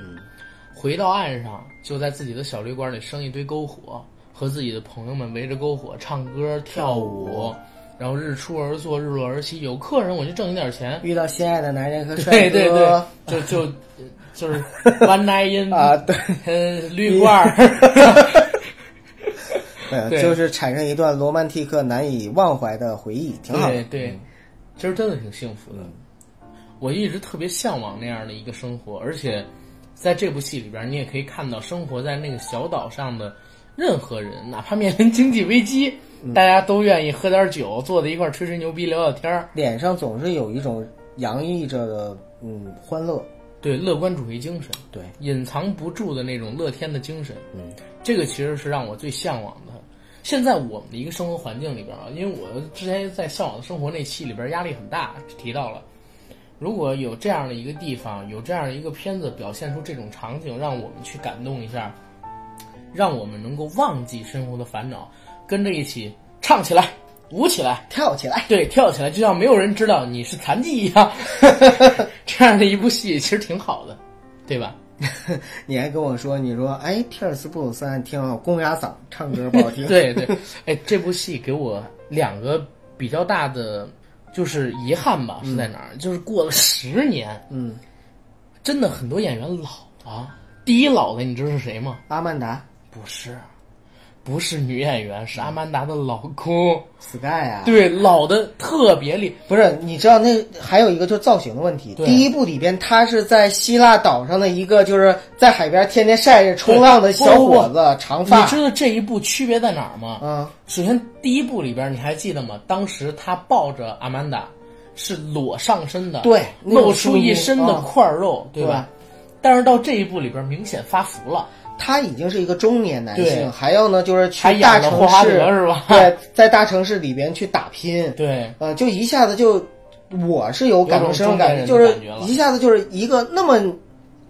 [SPEAKER 1] 回到岸上就在自己的小旅馆里生一堆篝火，和自己的朋友们围着篝火唱歌跳舞。然后日出而作，日落而息。有客人我就挣你点钱，
[SPEAKER 2] 遇到心爱的男人和 帅
[SPEAKER 1] 对
[SPEAKER 2] 哥，
[SPEAKER 1] 对对，就就就是 one night in
[SPEAKER 2] 啊对
[SPEAKER 1] 嗯，绿罐儿，
[SPEAKER 2] 呃
[SPEAKER 1] 对
[SPEAKER 2] 就是产生一段罗曼蒂克难以忘怀的回忆，挺好的嗯
[SPEAKER 1] 对。对，其实真的挺幸福的。我一直特别向往那样的一个生活，而且在这部戏里边儿，你也可以看到生活在那个小岛上的任何人，哪怕面临经济危机，大家都愿意喝点酒，坐在一块儿吹吹牛逼、聊聊天儿。
[SPEAKER 2] 脸上总是有一种洋溢着的嗯欢乐，
[SPEAKER 1] 对，乐观主义精神，
[SPEAKER 2] 对，
[SPEAKER 1] 隐藏不住的那种乐天的精神，
[SPEAKER 2] 嗯，
[SPEAKER 1] 这个其实是让我最向往的。现在我们的一个生活环境里边啊，因为我之前在《向往的生活》那期里边压力很大，提到了，如果有这样的一个地方，有这样的一个片子表现出这种场景，让我们去感动一下，让我们能够忘记生活的烦恼，跟着一起唱起来，舞起来，
[SPEAKER 2] 跳起来。
[SPEAKER 1] 对，跳起来，就像没有人知道你是残疾一样。 这样的一部戏其实挺好的，对吧？
[SPEAKER 2] 你还跟我说，你说哎，皮尔斯布鲁斯安挺好，公鸭嗓，唱歌不好 听。
[SPEAKER 1] 对对，哎，这部戏给我两个比较大的就是遗憾吧，是在哪儿？就是过了十年，
[SPEAKER 2] 嗯，
[SPEAKER 1] 真的很多演员老了。第一老的你知道是谁吗？
[SPEAKER 2] 阿曼达
[SPEAKER 1] 啊不是，嗯不是女演员，是阿曼达的老公。
[SPEAKER 2] ，Sky 啊，，
[SPEAKER 1] 对，老的特别厉
[SPEAKER 2] 不是，你知道那还有一个就是造型的问题。
[SPEAKER 1] 对
[SPEAKER 2] 第一部里边他是在希腊岛上的一个就是在海边天天晒着冲浪的
[SPEAKER 1] 对不
[SPEAKER 2] 小
[SPEAKER 1] 不不
[SPEAKER 2] 伙子，长
[SPEAKER 1] 你
[SPEAKER 2] 发
[SPEAKER 1] 知道这一部区别在哪儿吗？
[SPEAKER 2] 啊，
[SPEAKER 1] 首先，第一部里边你还记得吗？当时他抱着阿曼达，是裸上身的，
[SPEAKER 2] 对那种
[SPEAKER 1] 露出一身的
[SPEAKER 2] 嗯
[SPEAKER 1] 块肉，对吧？但是到这一部里边明显发福了，
[SPEAKER 2] 他已经是一个中年男性，
[SPEAKER 1] 对
[SPEAKER 2] 还要呢就是
[SPEAKER 1] 还
[SPEAKER 2] 去
[SPEAKER 1] 演
[SPEAKER 2] 大
[SPEAKER 1] 了霍
[SPEAKER 2] 城
[SPEAKER 1] 华
[SPEAKER 2] 市
[SPEAKER 1] 德是吧？
[SPEAKER 2] 对，在大城市里边去打拼，
[SPEAKER 1] 对
[SPEAKER 2] 呃，就一下子就，我是有感同身受感觉，
[SPEAKER 1] 有种中
[SPEAKER 2] 就
[SPEAKER 1] 年人的
[SPEAKER 2] 是
[SPEAKER 1] 感觉了
[SPEAKER 2] 一下子就是一个那么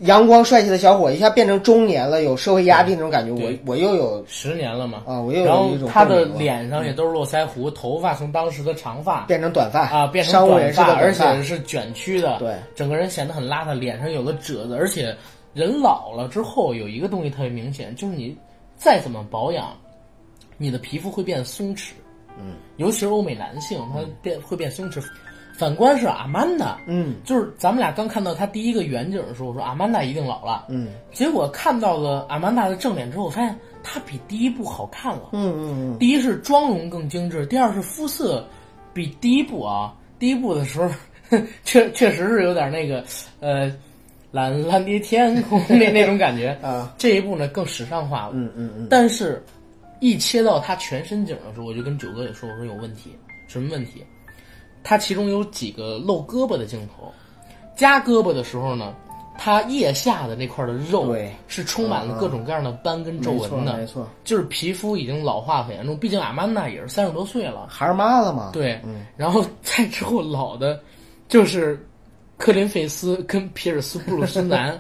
[SPEAKER 2] 阳光帅气的小伙，一下变成中年了，有社会压力那种感觉，我
[SPEAKER 1] 对
[SPEAKER 2] 我又有
[SPEAKER 1] 十年了嘛。
[SPEAKER 2] 啊我又有
[SPEAKER 1] 然后
[SPEAKER 2] 一种
[SPEAKER 1] 他的
[SPEAKER 2] 共鸣了嗯
[SPEAKER 1] 脸上也都是络腮胡，头发从当时的长发
[SPEAKER 2] 变成短发
[SPEAKER 1] 啊变成
[SPEAKER 2] 商务
[SPEAKER 1] 短
[SPEAKER 2] 人士的
[SPEAKER 1] 发，而
[SPEAKER 2] 短发
[SPEAKER 1] 且是卷曲的，
[SPEAKER 2] 对，
[SPEAKER 1] 整个人显得很邋遢，脸上有了褶子，而且人老了之后有一个东西特别明显，就是你再怎么保养，你的皮肤会变松弛，嗯，尤其是欧美男性，他变会变松弛。反观是阿曼达，
[SPEAKER 2] 嗯
[SPEAKER 1] 就是咱们俩刚看到他第一个远景的时候，我说阿曼达一定老了。
[SPEAKER 2] 嗯
[SPEAKER 1] 结果看到了阿曼达的正脸之后，我发现她比第一部好看了。
[SPEAKER 2] 嗯嗯
[SPEAKER 1] 第一是妆容更精致，第二是肤色比第一部啊，第一部的时候 确确实是有点那个呃蓝蓝的天空那那种感觉。
[SPEAKER 2] 嗯 啊，
[SPEAKER 1] 这一部呢更时尚化了，
[SPEAKER 2] 嗯嗯嗯，
[SPEAKER 1] 但是，一切到他全身景的时候，我就跟九哥也说，我说有问题，什么问题？他其中有几个露胳膊的镜头，夹胳膊的时候呢，他腋下的那块的肉
[SPEAKER 2] 对嗯
[SPEAKER 1] 是充满了各种各样的斑跟皱
[SPEAKER 2] 没错
[SPEAKER 1] 纹的，
[SPEAKER 2] 没错，
[SPEAKER 1] 就是皮肤已经老化很严重。毕竟阿曼达也是三十多岁了，
[SPEAKER 2] 孩儿妈了嘛，，
[SPEAKER 1] 对，然后再之后老的，就是克林费斯跟皮尔斯布鲁斯 南。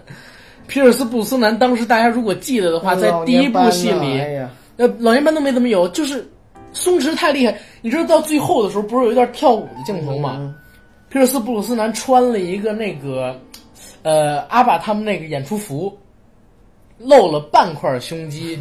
[SPEAKER 1] 皮尔斯布鲁斯南当时大家如果记得的话，在第一部戏里，
[SPEAKER 2] 哎呀，
[SPEAKER 1] 呃，老年班都没怎么有，就是松弛太厉害。你知道到最后的时候，不是有一段跳舞的镜头吗？
[SPEAKER 2] 嗯
[SPEAKER 1] 皮尔斯布鲁斯南穿了一个那个，呃，阿爸他们那个演出服，露了半块胸 肌，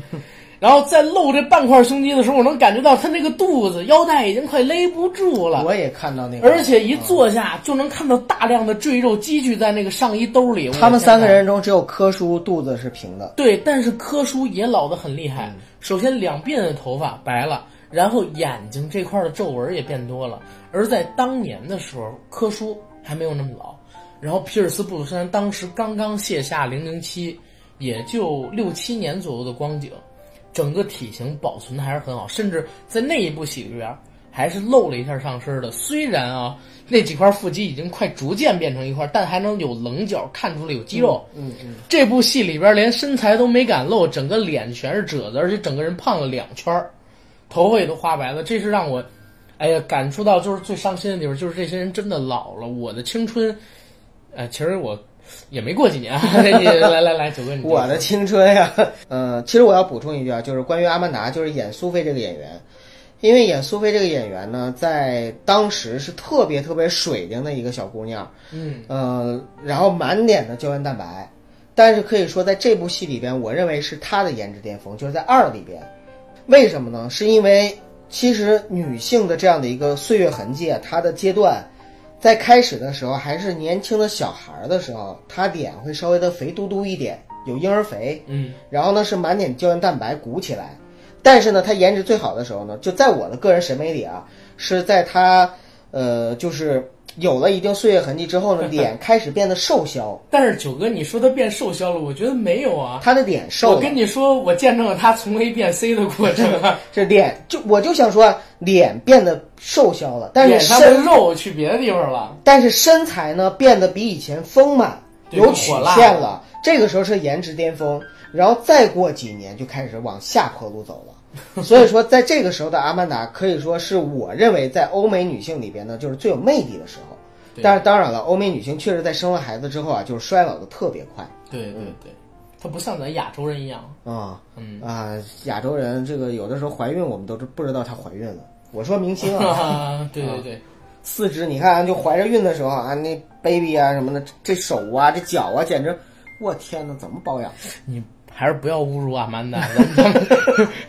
[SPEAKER 1] 然后在露这半块胸肌的时候，我能感觉到他那个肚子腰带已经快勒不住了。
[SPEAKER 2] 我也看到那个，
[SPEAKER 1] 而且一坐下就能看到大量的赘肉积聚在那个上衣兜里。我的
[SPEAKER 2] 他们
[SPEAKER 1] 天
[SPEAKER 2] 三个
[SPEAKER 1] 哪
[SPEAKER 2] 人中只有柯叔肚子是平的，
[SPEAKER 1] 对，但是柯叔也老得很厉害。首先两鬓的头发白了，然后眼睛这块的皱纹也变多了。而在当年的时候，柯叔还没有那么老。然后皮尔斯布鲁斯南当时刚刚卸下零零七，也就六七年左右的光景，整个体型保存的还是很好，甚至在那一部戏里边还是露了一下上身的。虽然啊， 那几块腹肌已经快逐渐变成一块，但还能有棱角，看出来有肌肉。
[SPEAKER 2] 嗯嗯，
[SPEAKER 1] 这部戏里边连身材都没敢露，整个脸全是褶子，而且整个人胖了两圈儿，头发也都花白了。这是让我，哎呀，感触到就是最伤心的地方，就是这些人真的老了。我的青春，呃，其实我也没过几年啊。 你来来来，九哥，你接着
[SPEAKER 2] 我的青春呀、 嗯、其实我要补充一句啊，就是关于阿曼达，就是演苏菲这个演员，因为演苏菲这个演员呢，在当时是特别特别水灵的一个小姑娘，
[SPEAKER 1] 嗯，
[SPEAKER 2] 呃，然后满脸的胶原蛋白，但是可以说在这部戏里边，我认为是她的颜值巅峰，就是在二里边。为什么呢？是因为其实女性的这样的一个岁月痕迹啊，她的阶段，在开始的时候还是年轻的小孩儿的时候，她脸会稍微的肥嘟嘟一点，有婴儿肥，
[SPEAKER 1] 嗯
[SPEAKER 2] 然后呢是满脸胶原蛋白鼓起来，但是呢，她颜值最好的时候呢，就在我的个人审美里啊，是在她呃就是有了一定岁月痕迹之后 呢，脸开始变得瘦削，
[SPEAKER 1] 但是九哥，你说他变瘦削了，我觉得没有啊。
[SPEAKER 2] 她的脸瘦
[SPEAKER 1] 我
[SPEAKER 2] 了，
[SPEAKER 1] 跟你说，我见证了他从 A 变 C 的过程 啊。
[SPEAKER 2] 这脸就我就想说啊脸变得瘦削了，但是
[SPEAKER 1] 脸上
[SPEAKER 2] 身
[SPEAKER 1] 的肉去别的地方了。
[SPEAKER 2] 但是身材呢变得比以前丰满，
[SPEAKER 1] 对
[SPEAKER 2] 有曲
[SPEAKER 1] 更火辣
[SPEAKER 2] 线了。这个时候是颜值巅峰，然后再过几年就开始往下坡路 走了。所以说，在这个时候的阿曼达可以说是我认为在欧美女性里边呢，就是最有魅力的时候。
[SPEAKER 1] 对
[SPEAKER 2] 但是当然了，欧美女性确实在生了孩子之后啊，就是衰老的特别快
[SPEAKER 1] 对对对，他不像咱亚洲人一样。
[SPEAKER 2] 啊、
[SPEAKER 1] 嗯
[SPEAKER 2] 啊！亚洲人这个有的时候怀孕，我们都不知道她怀孕了。我说明星 啊，
[SPEAKER 1] 啊，对对对，
[SPEAKER 2] 四肢，你看啊，就怀着孕的时候啊，那 baby 啊什么的，这这手啊，这脚啊，简直，我天呐，怎么保养？
[SPEAKER 1] 你还是不要侮辱阿曼达，咱们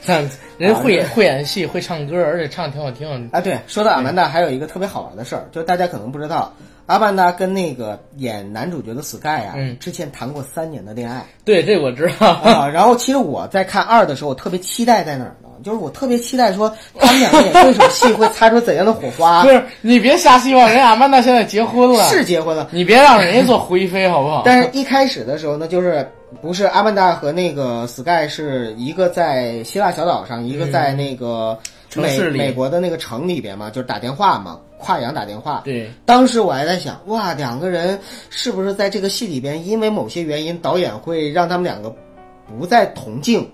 [SPEAKER 1] 咱们人会演会演戏，会唱歌，而且唱得挺好听。
[SPEAKER 2] 啊，对，说到阿曼达，还有一个特别好玩的事儿，就是大家可能不知道，阿曼达跟那个演男主角的 Sky 啊，
[SPEAKER 1] 嗯
[SPEAKER 2] 之前谈过三年的恋爱
[SPEAKER 1] 对，这我知道。
[SPEAKER 2] 啊。然后其实我在看二的时候，我特别期待在哪儿呢？就是我特别期待说他们两个演对手戏会擦出怎样的火花
[SPEAKER 1] 不。是，你别瞎希望，人家阿曼达现在结婚了，
[SPEAKER 2] 是结婚了，
[SPEAKER 1] 你别让人家做胡一菲好不好？
[SPEAKER 2] 但是一开始的时候呢，就是不是阿曼达和那个 Sky 是一个在希腊小岛上，一个在那
[SPEAKER 1] 嗯
[SPEAKER 2] 个
[SPEAKER 1] 城
[SPEAKER 2] 美
[SPEAKER 1] 市里
[SPEAKER 2] 美国的那个城里边嘛，就是打电话嘛，跨洋打电话。
[SPEAKER 1] 对，
[SPEAKER 2] 当时我还在想，哇，两个人是不是在这个戏里边，因为某些原因，导演会让他们两个不再同镜？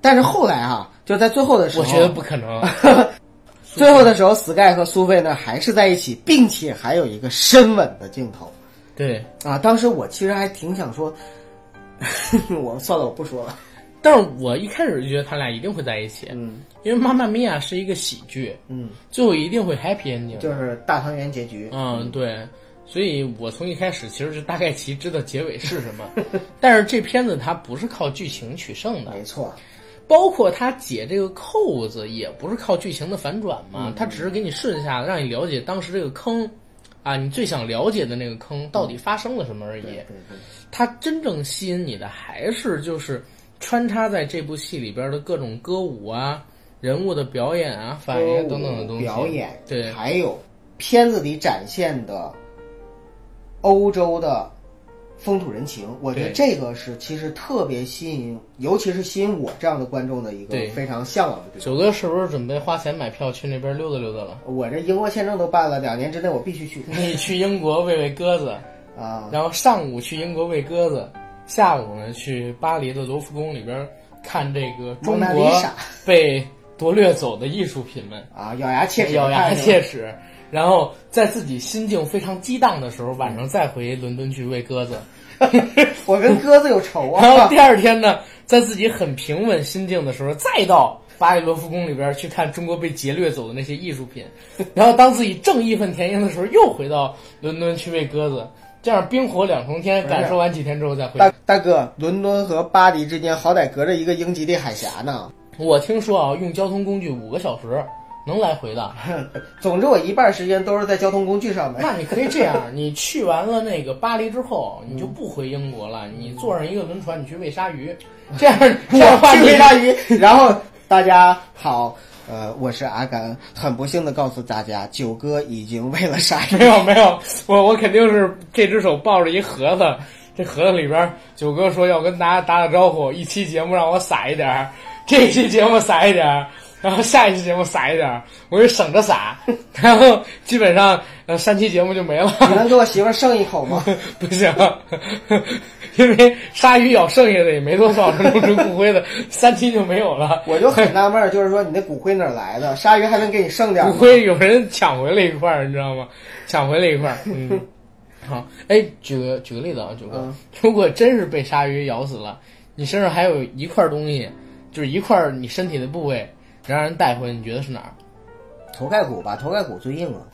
[SPEAKER 2] 但是后来啊，就在最后的时
[SPEAKER 1] 我
[SPEAKER 2] 候，
[SPEAKER 1] 觉得不可能。
[SPEAKER 2] 最后的时候，Sky 和苏菲呢还是在一起，并且还有一个深吻的镜头。
[SPEAKER 1] 对，
[SPEAKER 2] 啊，当时我其实还挺想说， 我算了，我不说了。
[SPEAKER 1] 但是我一开始就觉得他俩一定会在一起，
[SPEAKER 2] 嗯
[SPEAKER 1] 因为《妈妈咪呀》是一个喜剧，
[SPEAKER 2] 嗯，
[SPEAKER 1] 最后一定会 happy ending。
[SPEAKER 2] 就是大团圆结局。
[SPEAKER 1] 嗯，对，所以我从一开始其实是大概其知道结尾是什 么，但是这片子它不是靠剧情取胜的，
[SPEAKER 2] 没错，
[SPEAKER 1] 包括它解这个扣
[SPEAKER 2] 嗯
[SPEAKER 1] 子也不是靠剧情的反转嘛，它只是给你顺下来，让你了解当时这个坑，啊，你最想了解的那个坑到底发生了什么而已。
[SPEAKER 2] 对对，
[SPEAKER 1] 它真正吸引你的还是就是穿插在这部戏里边的各种歌舞啊、人物的表演啊、反应啊等等的东西。
[SPEAKER 2] 表演，
[SPEAKER 1] 对
[SPEAKER 2] 还有片子里展现的欧洲的风土人情，我觉得
[SPEAKER 1] 对
[SPEAKER 2] 这个是其实特别吸引，尤其是吸引我这样的观众的一个
[SPEAKER 1] 对
[SPEAKER 2] 非常向往的地方。
[SPEAKER 1] 九哥是不是准备花钱买票去那边溜达溜达了？
[SPEAKER 2] 我这英国签证都办了，两年之内我必须去
[SPEAKER 1] 你去英国喂喂鸽 子，
[SPEAKER 2] 啊！
[SPEAKER 1] 然后上午去英国喂鸽子，下午呢去巴黎的卢浮宫里边看这个中
[SPEAKER 2] 蒙
[SPEAKER 1] 国
[SPEAKER 2] 娜丽莎
[SPEAKER 1] 被夺掠走的艺术品们。
[SPEAKER 2] 啊，咬牙切齿，
[SPEAKER 1] 咬 牙切齿，然后在自己心境非常激荡的时候，晚上再回伦敦去喂鸽子。
[SPEAKER 2] 齿。我跟鸽子有仇
[SPEAKER 1] 然后
[SPEAKER 2] 啊！
[SPEAKER 1] 第二天呢，在自己很平稳心境的时候，再到巴黎罗浮宫里边去看中国被劫掠走的那些艺术品。然后当自己正义愤填膺的时候，又回到伦敦去喂鸽子。这样冰火两重天，
[SPEAKER 2] 不是
[SPEAKER 1] 感受完几天之后再回。
[SPEAKER 2] 大大哥，伦敦和巴黎之间好歹隔着一个英吉利海峡呢。
[SPEAKER 1] 我听说啊，用交通工具五个小时能来回的。
[SPEAKER 2] 总之，我一半时间都是在交通工具上 面。
[SPEAKER 1] 那你可以这样，你去完了那个巴黎之后，你就不回英国了，你坐上一个轮船，你去喂鲨鱼，这样这样的话
[SPEAKER 2] 我去
[SPEAKER 1] 你
[SPEAKER 2] 喂鲨鱼。然后大家好，呃，我是阿甘，很不幸的告诉大家，九哥已经喂了鲨 鱼
[SPEAKER 1] 没。有没有，我我肯定是这只手抱着一盒子，这盒子里边九哥说要跟大家打打招呼，一期节目让我撒一点儿，这一期节目撒一点儿，然后下一期节目撒一点儿，我就省着撒，然后基本上呃三期节目就没了。
[SPEAKER 2] 你能给我媳妇儿剩一口吗？
[SPEAKER 1] 不行，因为鲨鱼咬剩下的也没多少，是弄成骨灰的，三斤就没有了。
[SPEAKER 2] 我就很纳闷儿，就是说你那骨灰哪儿来 的？鲨鱼还能给你剩点儿
[SPEAKER 1] 骨
[SPEAKER 2] 吗？
[SPEAKER 1] 灰有人抢回了一块儿，你知道吗？抢回了一块儿。嗯，好，哎，举个举个例子啊，九哥，
[SPEAKER 2] 嗯
[SPEAKER 1] 如果真是被鲨鱼咬死了，你身上还有一块东西，就是一块儿你身体的部位，让人带回，你觉得是哪儿？
[SPEAKER 2] 头盖骨吧，头盖骨最硬啊了，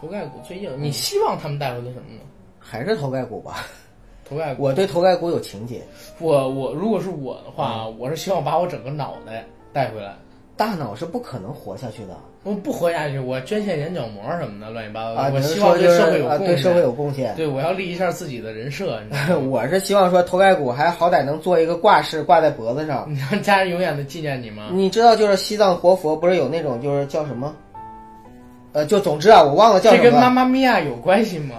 [SPEAKER 1] 头盖骨最硬，你希望他们带回的什么呢？
[SPEAKER 2] 还是头盖骨吧。
[SPEAKER 1] 头盖骨，
[SPEAKER 2] 我对头盖骨有情结，
[SPEAKER 1] 我我如果是我的话，我是希望把我整个脑袋带回来。
[SPEAKER 2] 大脑是不可能活下去的
[SPEAKER 1] 我不活下去，我捐献眼角膜什么的，乱七八糟的。
[SPEAKER 2] 啊！
[SPEAKER 1] 呃我
[SPEAKER 2] 你是
[SPEAKER 1] 希望
[SPEAKER 2] 说就是
[SPEAKER 1] 社会有
[SPEAKER 2] 啊
[SPEAKER 1] 贡献。
[SPEAKER 2] 对社会有贡献。
[SPEAKER 1] 对我要立一下自己的人设，你知 道吗？
[SPEAKER 2] 我是希望说头盖骨还好歹能做一个挂饰挂在脖子上，
[SPEAKER 1] 你让家人永远的纪念你吗？
[SPEAKER 2] 你知道，就是西藏活佛不是有那种就是叫什么？呃，就总之啊，我忘了叫
[SPEAKER 1] 这
[SPEAKER 2] 什
[SPEAKER 1] 跟
[SPEAKER 2] 么
[SPEAKER 1] 妈
[SPEAKER 2] 了。
[SPEAKER 1] 妈咪呀有关系吗？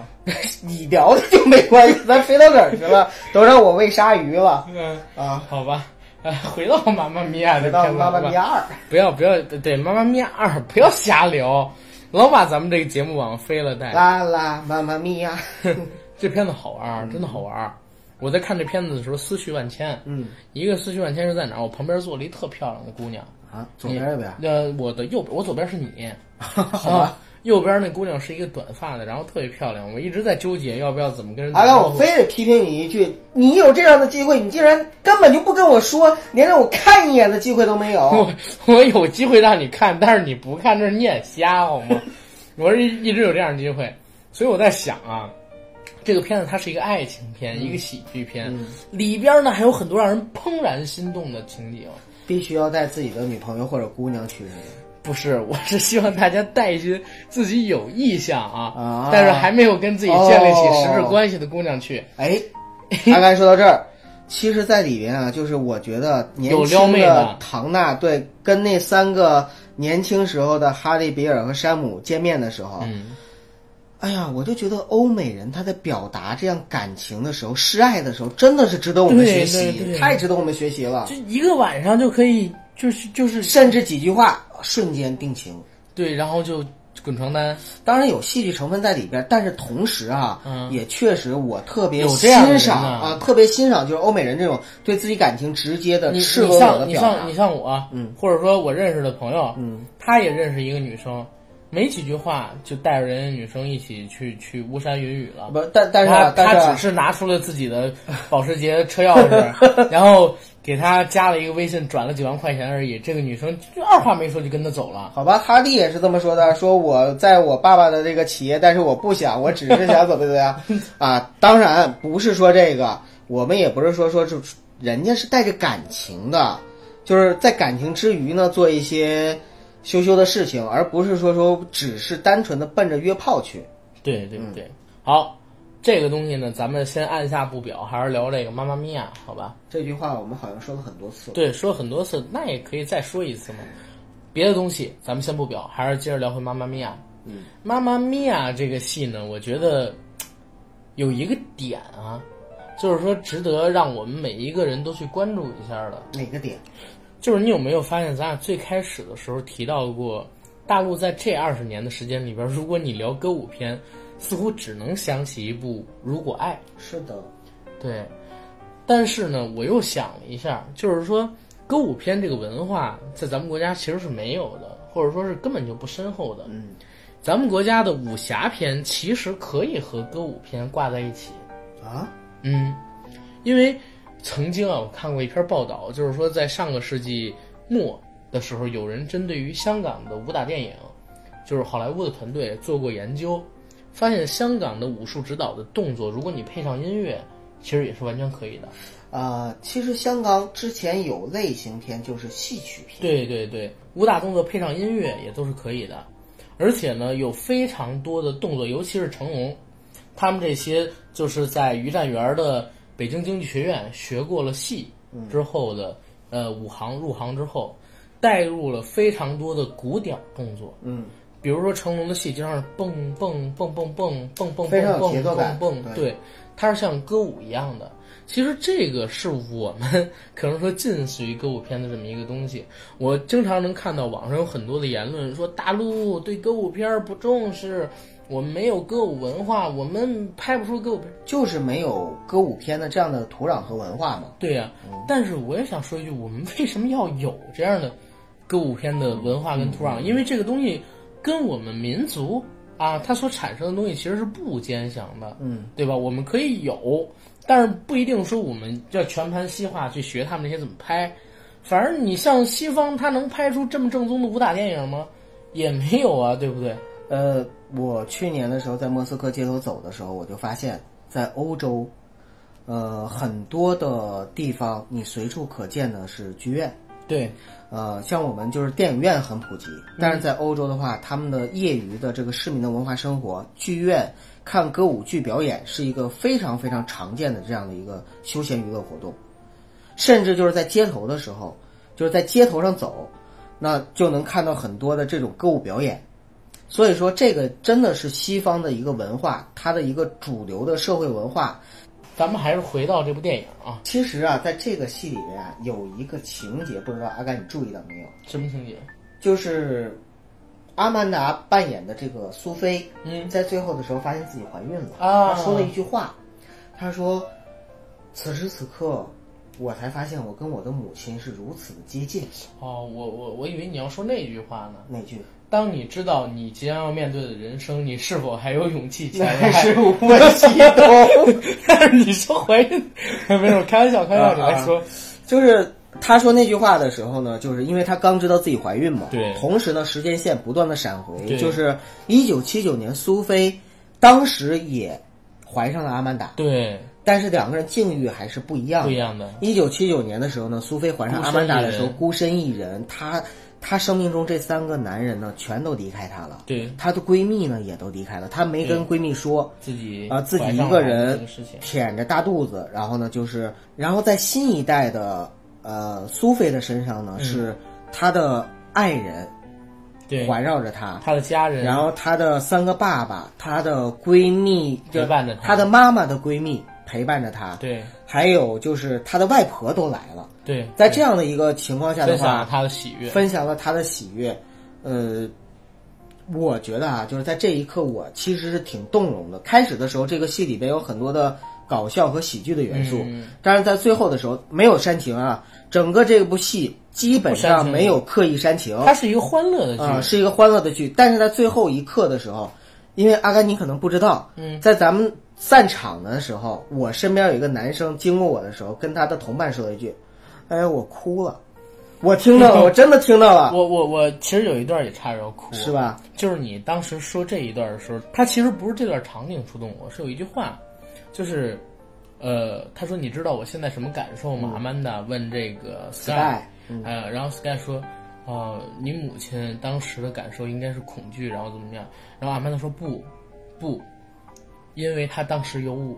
[SPEAKER 2] 你聊的就没关系，咱飞到哪儿去了？都让我喂鲨鱼了
[SPEAKER 1] 嗯，
[SPEAKER 2] 啊！
[SPEAKER 1] 好吧，呃，回到妈妈咪呀
[SPEAKER 2] 回
[SPEAKER 1] 的
[SPEAKER 2] 到
[SPEAKER 1] 片子
[SPEAKER 2] 妈妈
[SPEAKER 1] 吧
[SPEAKER 2] 咪呀二，
[SPEAKER 1] 不要不要，对妈妈咪呀二， 不要瞎聊，老把咱们这个节目往飞了带。
[SPEAKER 2] 啦啦妈妈咪 呀，
[SPEAKER 1] 这片子好玩儿，真的好玩儿。我在看这片子的时候思绪万千，
[SPEAKER 2] 嗯
[SPEAKER 1] 一个思绪万千是在哪儿？我旁边坐了一特漂亮的姑娘，
[SPEAKER 2] 啊，左边右边，
[SPEAKER 1] 呃，我的右边，我左边是你，
[SPEAKER 2] 好吧。
[SPEAKER 1] 啊，右边那姑娘是一个短发的，然后特别漂亮，我一直在纠结要不要怎么跟人
[SPEAKER 2] 阿
[SPEAKER 1] 打
[SPEAKER 2] 甘，
[SPEAKER 1] 招
[SPEAKER 2] 哎我
[SPEAKER 1] 呼。
[SPEAKER 2] 非得批评你一句，你有这样的机会，你竟然根本就不跟我说，连让我看一眼的机会都没有。
[SPEAKER 1] 我我有机会让你看，但是你不看，这是你眼瞎好吗？ 我是一直有这样的机会，所以我在想啊，这个片子它是一个爱情片，一个喜剧片，
[SPEAKER 2] 嗯
[SPEAKER 1] 里边呢还有很多让人怦然心动的情哦景。
[SPEAKER 2] 必须要带自己的女朋友或者姑娘去那
[SPEAKER 1] 不是，我是希望大家带一些自己有意向啊，
[SPEAKER 2] 啊哦
[SPEAKER 1] 但是还没有跟自己建立起实质关系的姑娘去。
[SPEAKER 2] 个。哎，阿甘说到这儿，其实，在里边啊，就是我觉得年
[SPEAKER 1] 有撩
[SPEAKER 2] 轻
[SPEAKER 1] 妹的
[SPEAKER 2] 的唐娜对跟那三个年轻时候的哈利、比尔和山姆见面的时候，
[SPEAKER 1] 嗯，
[SPEAKER 2] 哎呀，我就觉得欧美人他在表达这样感情的时候、示爱的时候，真的是值得我们
[SPEAKER 1] 对
[SPEAKER 2] 学
[SPEAKER 1] 对对
[SPEAKER 2] 习，太值得我们学习了
[SPEAKER 1] 就。一个晚上就可以，就是就是
[SPEAKER 2] 甚至几句话瞬间定情。
[SPEAKER 1] 对，然后就滚床单。
[SPEAKER 2] 当然有戏剧成分在里边，但是同时啊，
[SPEAKER 1] 嗯
[SPEAKER 2] 也确实我特别
[SPEAKER 1] 有这样的人
[SPEAKER 2] 欣赏
[SPEAKER 1] 呢
[SPEAKER 2] 啊，特别欣赏就是欧美人这种对自己感情直接的
[SPEAKER 1] 你你
[SPEAKER 2] 赤裸裸的
[SPEAKER 1] 像你
[SPEAKER 2] 表
[SPEAKER 1] 像
[SPEAKER 2] 达
[SPEAKER 1] 你。像我，啊
[SPEAKER 2] 嗯，
[SPEAKER 1] 或者说我认识的朋友，
[SPEAKER 2] 嗯，
[SPEAKER 1] 他也认识一个女生，没几句话就带着人家女生一起去去巫山云雨了。
[SPEAKER 2] 不，但但是啊，但
[SPEAKER 1] 他
[SPEAKER 2] 是
[SPEAKER 1] 他只
[SPEAKER 2] 啊
[SPEAKER 1] 是拿出了自己的保时捷车钥匙， 然后给他加了一个微信，转了几万块钱而已。这个女生就二话没说就跟他走了。
[SPEAKER 2] 好吧，哈利也是这么说的，说我在我爸爸的这个企业，但是我不想，我只是想怎么怎么样 啊。当然不是说这个，我们也不是说说是人家是带着感情的，就是在感情之余呢做一些羞羞的事情，而不是说说只是单纯的奔着约炮去。
[SPEAKER 1] 对对
[SPEAKER 2] 嗯
[SPEAKER 1] 对，好，这个东西呢，咱们先按下不表，还是聊这个妈妈咪呀，好吧？
[SPEAKER 2] 这句话我们好像说了很多次了。
[SPEAKER 1] 对，说很多次，那也可以再说一次嘛。别的东西咱们先不表，还是接着聊回妈妈咪呀。
[SPEAKER 2] 嗯，
[SPEAKER 1] 妈妈咪呀这个戏呢，我觉得有一个点啊，就是说值得让我们每一个人都去关注一下的，
[SPEAKER 2] 哪个点？
[SPEAKER 1] 就是你有没有发现，咱俩最开始的时候提到过，大陆在这二十年的时间里边，如果你聊歌舞片，似乎只能想起一部《如果爱》。
[SPEAKER 2] 是的，
[SPEAKER 1] 对，但是呢，我又想了一下，就是说歌舞片这个文化在咱们国家其实是没有的，或者说是根本就不深厚的。
[SPEAKER 2] 嗯，
[SPEAKER 1] 咱们国家的武侠片其实可以和歌舞片挂在一起。
[SPEAKER 2] 啊，
[SPEAKER 1] 嗯，因为曾经啊，我看过一篇报道，就是说在上个世纪末的时候，有人针对于香港的武打电影，就是好莱坞的团队做过研究，发现香港的武术指导的动作，如果你配上音乐，其实也是完全可以的。
[SPEAKER 2] 呃，其实香港之前有类型片，就是戏曲片。
[SPEAKER 1] 对对对，武打动作配上音乐也都是可以的，而且呢，有非常多的动作，尤其是成龙，他们这些就是在于占元的北京京剧学院学过了戏之后的，呃，武行入行之后，带入了非常多的古典动作，
[SPEAKER 2] 嗯，
[SPEAKER 1] 比如说成龙的戏经常是蹦蹦蹦蹦蹦蹦蹦蹦蹦蹦蹦，对，它是像歌舞一样的。其实这个是我们可能说近似于歌舞片的这么一个东西。我经常能看到网上有很多的言论说大陆对歌舞片不重视，我们没有歌舞文化，我们拍不出歌舞片。
[SPEAKER 2] 就是没有歌舞片的这样的土壤和文化嘛。
[SPEAKER 1] 对呀、但是我也想说一句，我们为什么要有这样的歌舞片的文化跟土壤？因为这个东西跟我们民族啊，它所产生的东西其实是不兼详的，
[SPEAKER 2] 嗯，
[SPEAKER 1] 对吧？我们可以有，但是不一定说我们要全盘西化去学他们那些怎么拍。反正你像西方，他能拍出这么正宗的武打电影吗？也没有啊，对不对？
[SPEAKER 2] 呃，我去年的时候在莫斯科街头走的时候，我就发现，在欧洲，呃，很多的地方你随处可见的是剧院。
[SPEAKER 1] 对，
[SPEAKER 2] 呃，像我们就是电影院很普及，但是在欧洲的话，他们的业余的这个市民的文化生活，剧院看歌舞剧表演是一个非常非常常见的这样的一个休闲娱乐活动，甚至就是在街头的时候，就是在街头上走，那就能看到很多的这种歌舞表演。所以说，这个真的是西方的一个文化，它的一个主流的社会文化。
[SPEAKER 1] 咱们还是回到这部电影啊，
[SPEAKER 2] 其实啊，在这个戏里面啊，有一个情节，不知道阿甘你注意到没有？
[SPEAKER 1] 什么情节？
[SPEAKER 2] 就是阿曼达扮演的这个苏菲，
[SPEAKER 1] 嗯
[SPEAKER 2] 在最后的时候发现自己怀孕了，
[SPEAKER 1] 啊
[SPEAKER 2] 她说了一句话，她说：“此时此刻，我才发现我跟我的母亲是如此的接近。
[SPEAKER 1] 哦，我我我以为你要说那句话呢。”
[SPEAKER 2] 那句
[SPEAKER 1] 当你知道你即将要面对的人生，你是否还有勇气前
[SPEAKER 2] 还
[SPEAKER 1] 来？
[SPEAKER 2] 是我激动，
[SPEAKER 1] 但是你说怀孕，没有开玩笑，开玩笑，你来说。
[SPEAKER 2] 就是。她说那句话的时候呢，就是因为她刚知道自己怀孕嘛，
[SPEAKER 1] 对
[SPEAKER 2] 同时呢，时间线不断的闪回，
[SPEAKER 1] 对
[SPEAKER 2] 就是一九七九年，苏菲当时也怀上了阿曼达，
[SPEAKER 1] 对，
[SPEAKER 2] 但是两个人境遇还是不一样
[SPEAKER 1] 不
[SPEAKER 2] 的
[SPEAKER 1] 一。样的，
[SPEAKER 2] 一九七九年的时候呢，苏菲怀上阿曼达的时候，孤身一人，她她生命中这三个男人呢，全都离开她了。
[SPEAKER 1] 对
[SPEAKER 2] 她的闺蜜呢也都离开了，她没跟闺蜜说，
[SPEAKER 1] 自己
[SPEAKER 2] 啊、自己
[SPEAKER 1] 怀
[SPEAKER 2] 一
[SPEAKER 1] 上
[SPEAKER 2] 个
[SPEAKER 1] 了
[SPEAKER 2] 人
[SPEAKER 1] 这个事情，
[SPEAKER 2] 舔着大肚子，然后呢就是，然后在新一代的呃苏菲的身上呢、
[SPEAKER 1] 嗯
[SPEAKER 2] 是她的爱人
[SPEAKER 1] 对
[SPEAKER 2] 环绕着她，
[SPEAKER 1] 他的家人，
[SPEAKER 2] 然后她的三个爸爸，她的闺蜜
[SPEAKER 1] 陪伴着她
[SPEAKER 2] 她的妈妈的闺蜜陪伴着她，
[SPEAKER 1] 对
[SPEAKER 2] 还有就是她的外婆都来了。
[SPEAKER 1] 对，
[SPEAKER 2] 在这样的一个情况下的
[SPEAKER 1] 分享
[SPEAKER 2] 话
[SPEAKER 1] 了，他的喜悦，
[SPEAKER 2] 分享了他的喜悦，呃，我觉得啊，就是在这一刻，我其实是挺动容的。开始的时候，这个戏里边有很多的搞笑和喜剧的元素，
[SPEAKER 1] 嗯
[SPEAKER 2] 但是在最后的时候没有煽情啊，整个这部戏基本
[SPEAKER 1] 不煽
[SPEAKER 2] 上
[SPEAKER 1] 情
[SPEAKER 2] 没有刻意煽情，
[SPEAKER 1] 嗯他是一个欢乐的
[SPEAKER 2] 啊、
[SPEAKER 1] 剧，
[SPEAKER 2] 是一个欢乐的剧。但是在最后一刻的时候，因为阿甘你可能不知道，
[SPEAKER 1] 嗯
[SPEAKER 2] 在咱们散场的时候，我身边有一个男生经过我的时候，跟他的同伴说了一句：“哎，我哭了。”我听 到了，我真的听到了，
[SPEAKER 1] 我我我其实有一段也差点要哭，
[SPEAKER 2] 是吧？
[SPEAKER 1] 就是你当时说这一段的时候，他其实不是这段场景触动我，是有一句话，就是，呃，他说你知道我现在什么感受吗？阿曼达问这个 Sky，,
[SPEAKER 2] Sky，
[SPEAKER 1] 呃，然后 Sky 说，哦、你母亲当时的感受应该是恐惧，然后怎么样？然后阿曼达说不，不，因为他当时有我。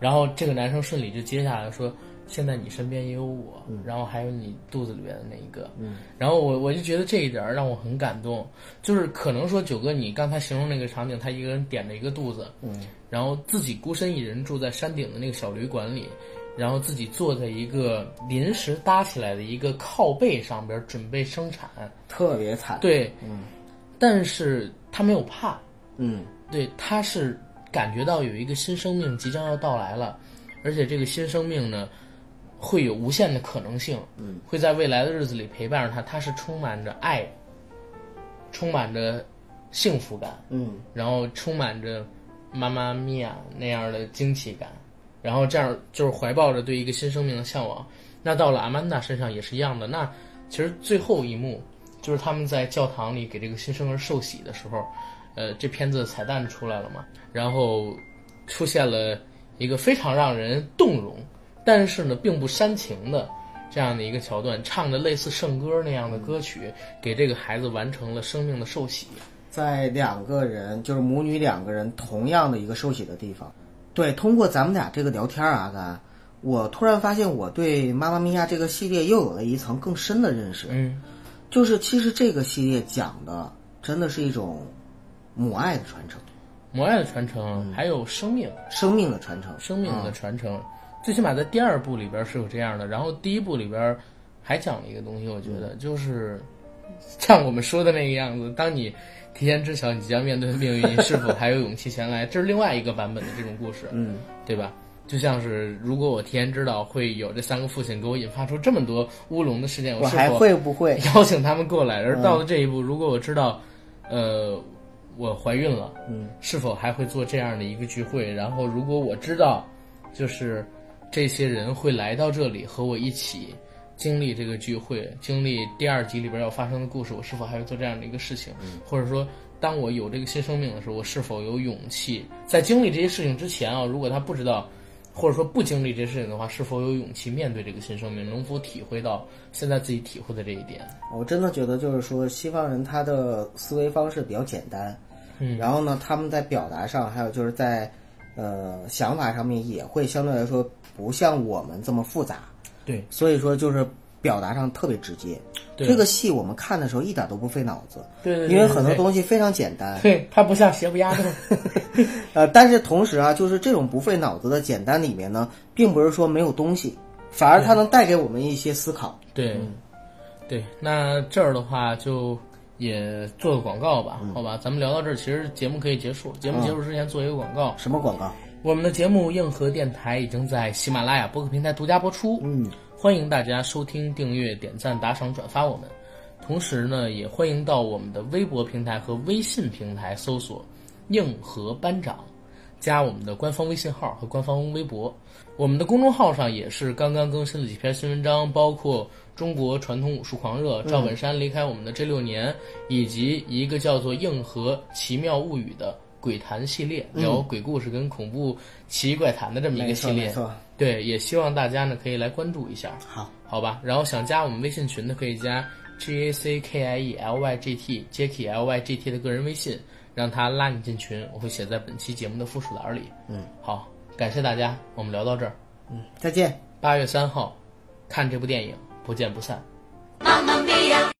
[SPEAKER 1] 然后这个男生顺理就接下来说，现在你身边也有我，然后还有你肚子里边的那一个。
[SPEAKER 2] 嗯，
[SPEAKER 1] 然后我我就觉得这一点儿让我很感动，就是可能说九哥你刚才形容那个场景，他一个人点着一个肚子，
[SPEAKER 2] 嗯，
[SPEAKER 1] 然后自己孤身一人住在山顶的那个小旅馆里，然后自己坐在一个临时搭起来的一个靠背上边儿准备生产。
[SPEAKER 2] 特别惨。，
[SPEAKER 1] 对，但是他没有怕，
[SPEAKER 2] 嗯
[SPEAKER 1] 对，他是感觉到有一个新生命即将要到来了，而且这个新生命呢，会有无限的可能性，嗯，会在未来的日子里陪伴着他，他是充满着爱，充满着幸福感，
[SPEAKER 2] 嗯，
[SPEAKER 1] 然后充满着妈妈咪呀那样的惊奇感，然后这样就是怀抱着对一个新生命的向往。那到了阿曼达身上也是一样的。那其实最后一幕就是他们在教堂里给这个新生儿受洗的时候，呃，这片子彩蛋出来了嘛，然后出现了一个非常让人动容，但是呢并不煽情的。这样的一个桥段，唱着类似圣歌那样的歌曲，给这个孩子完成了生命的受洗。
[SPEAKER 2] 在两个人就是母女两个人同样的一个受洗的地方。对，通过咱们俩这个聊天啊，咱我突然发现我对《妈妈咪呀》这个系列又有了一层更深的认识。
[SPEAKER 1] 嗯，
[SPEAKER 2] 就是其实这个系列讲的真的是一种母爱的传承，
[SPEAKER 1] 母爱的传承，
[SPEAKER 2] 嗯
[SPEAKER 1] 还有生命，
[SPEAKER 2] 生命的传承。
[SPEAKER 1] 生命的传承，最起码在第二部里边是有这样的。然后第一部里边还讲了一个东西，我觉
[SPEAKER 2] 嗯
[SPEAKER 1] 得就是像我们说的那个样子，当你提前知晓你即将面对的命运，你是否还有勇气前来？这是另外一个版本的这种故事，
[SPEAKER 2] 嗯，
[SPEAKER 1] 对吧？就像是如果我提前知道会有这三个父亲给我引发出这么多乌龙的事件，
[SPEAKER 2] 我
[SPEAKER 1] 是
[SPEAKER 2] 还
[SPEAKER 1] 否
[SPEAKER 2] 会不会？
[SPEAKER 1] 邀请他们过来。而到了这一步，如果我知道，呃，我怀孕了，
[SPEAKER 2] 嗯，
[SPEAKER 1] 是否还会做这样的一个聚会？然后，如果我知道，就是这些人会来到这里和我一起经历这个聚会，经历第二集里边要发生的故事，我是否还会做这样的一个事情？或者说，当我有这个新生命的时候，我是否有勇气在经历这些事情之前啊？如果他不知道。或者说不经历这些事情的话，是否有勇气面对这个新生命？能否体会到现在自己体会的这一点？
[SPEAKER 2] 我真的觉得就是说，西方人他的思维方式比较简单，嗯，然后呢，他们在表达上，还有就是在呃想法上面也会相对来说不像我们这么复杂，
[SPEAKER 1] 对，
[SPEAKER 2] 所以说就是表达上特别直接。
[SPEAKER 1] 对
[SPEAKER 2] 这个戏我们看的时候一点都不费脑子，
[SPEAKER 1] 对对对
[SPEAKER 2] 因为很多东西非常简单。
[SPEAKER 1] 对，它不像邪不压正。
[SPEAKER 2] 呃，但是同时啊，就是这种不费脑子的简单里面呢，并不是说没有东西，反而它能带给我们一些思考。
[SPEAKER 1] 对，对，那这儿的话就也做个广告吧，好吧，咱们聊到这儿，其实节目可以结束。节目结束之前做一个广告，
[SPEAKER 2] 什么广告？
[SPEAKER 1] 我们的节目《硬核电台》已经在喜马拉雅播客平台独家播出，嗯，欢迎大家收听、订阅、点赞、打赏、转发我们。同时呢，也欢迎到我们的微博平台和微信平台搜索“硬核班长”，加我们的官方微信号和官方微博。我们的公众号上也是刚刚更新了几篇新文章，包括中国传统武术狂热、赵本山离开我们的这六年，以及一个叫做《硬核奇妙物语》的鬼谈系列，聊鬼故事跟恐怖奇异怪谈的这么一个
[SPEAKER 2] 没
[SPEAKER 1] 系
[SPEAKER 2] 错，没
[SPEAKER 1] 列。
[SPEAKER 2] 错。
[SPEAKER 1] 对，也希望大家呢可以来关注一下。
[SPEAKER 2] 好，
[SPEAKER 1] 好吧。然后想加我们微信群的可以加 G A C K I E L Y G T Jacky E L Y G T 的个人微信，让他拉你进群，我会写在本期节目的附属栏里。
[SPEAKER 2] 嗯，
[SPEAKER 1] 好，感谢大家，我们聊到这儿。
[SPEAKER 2] 嗯，再见。
[SPEAKER 1] 八月三号，看这部电影，不见不散。
[SPEAKER 3] Mamma mia.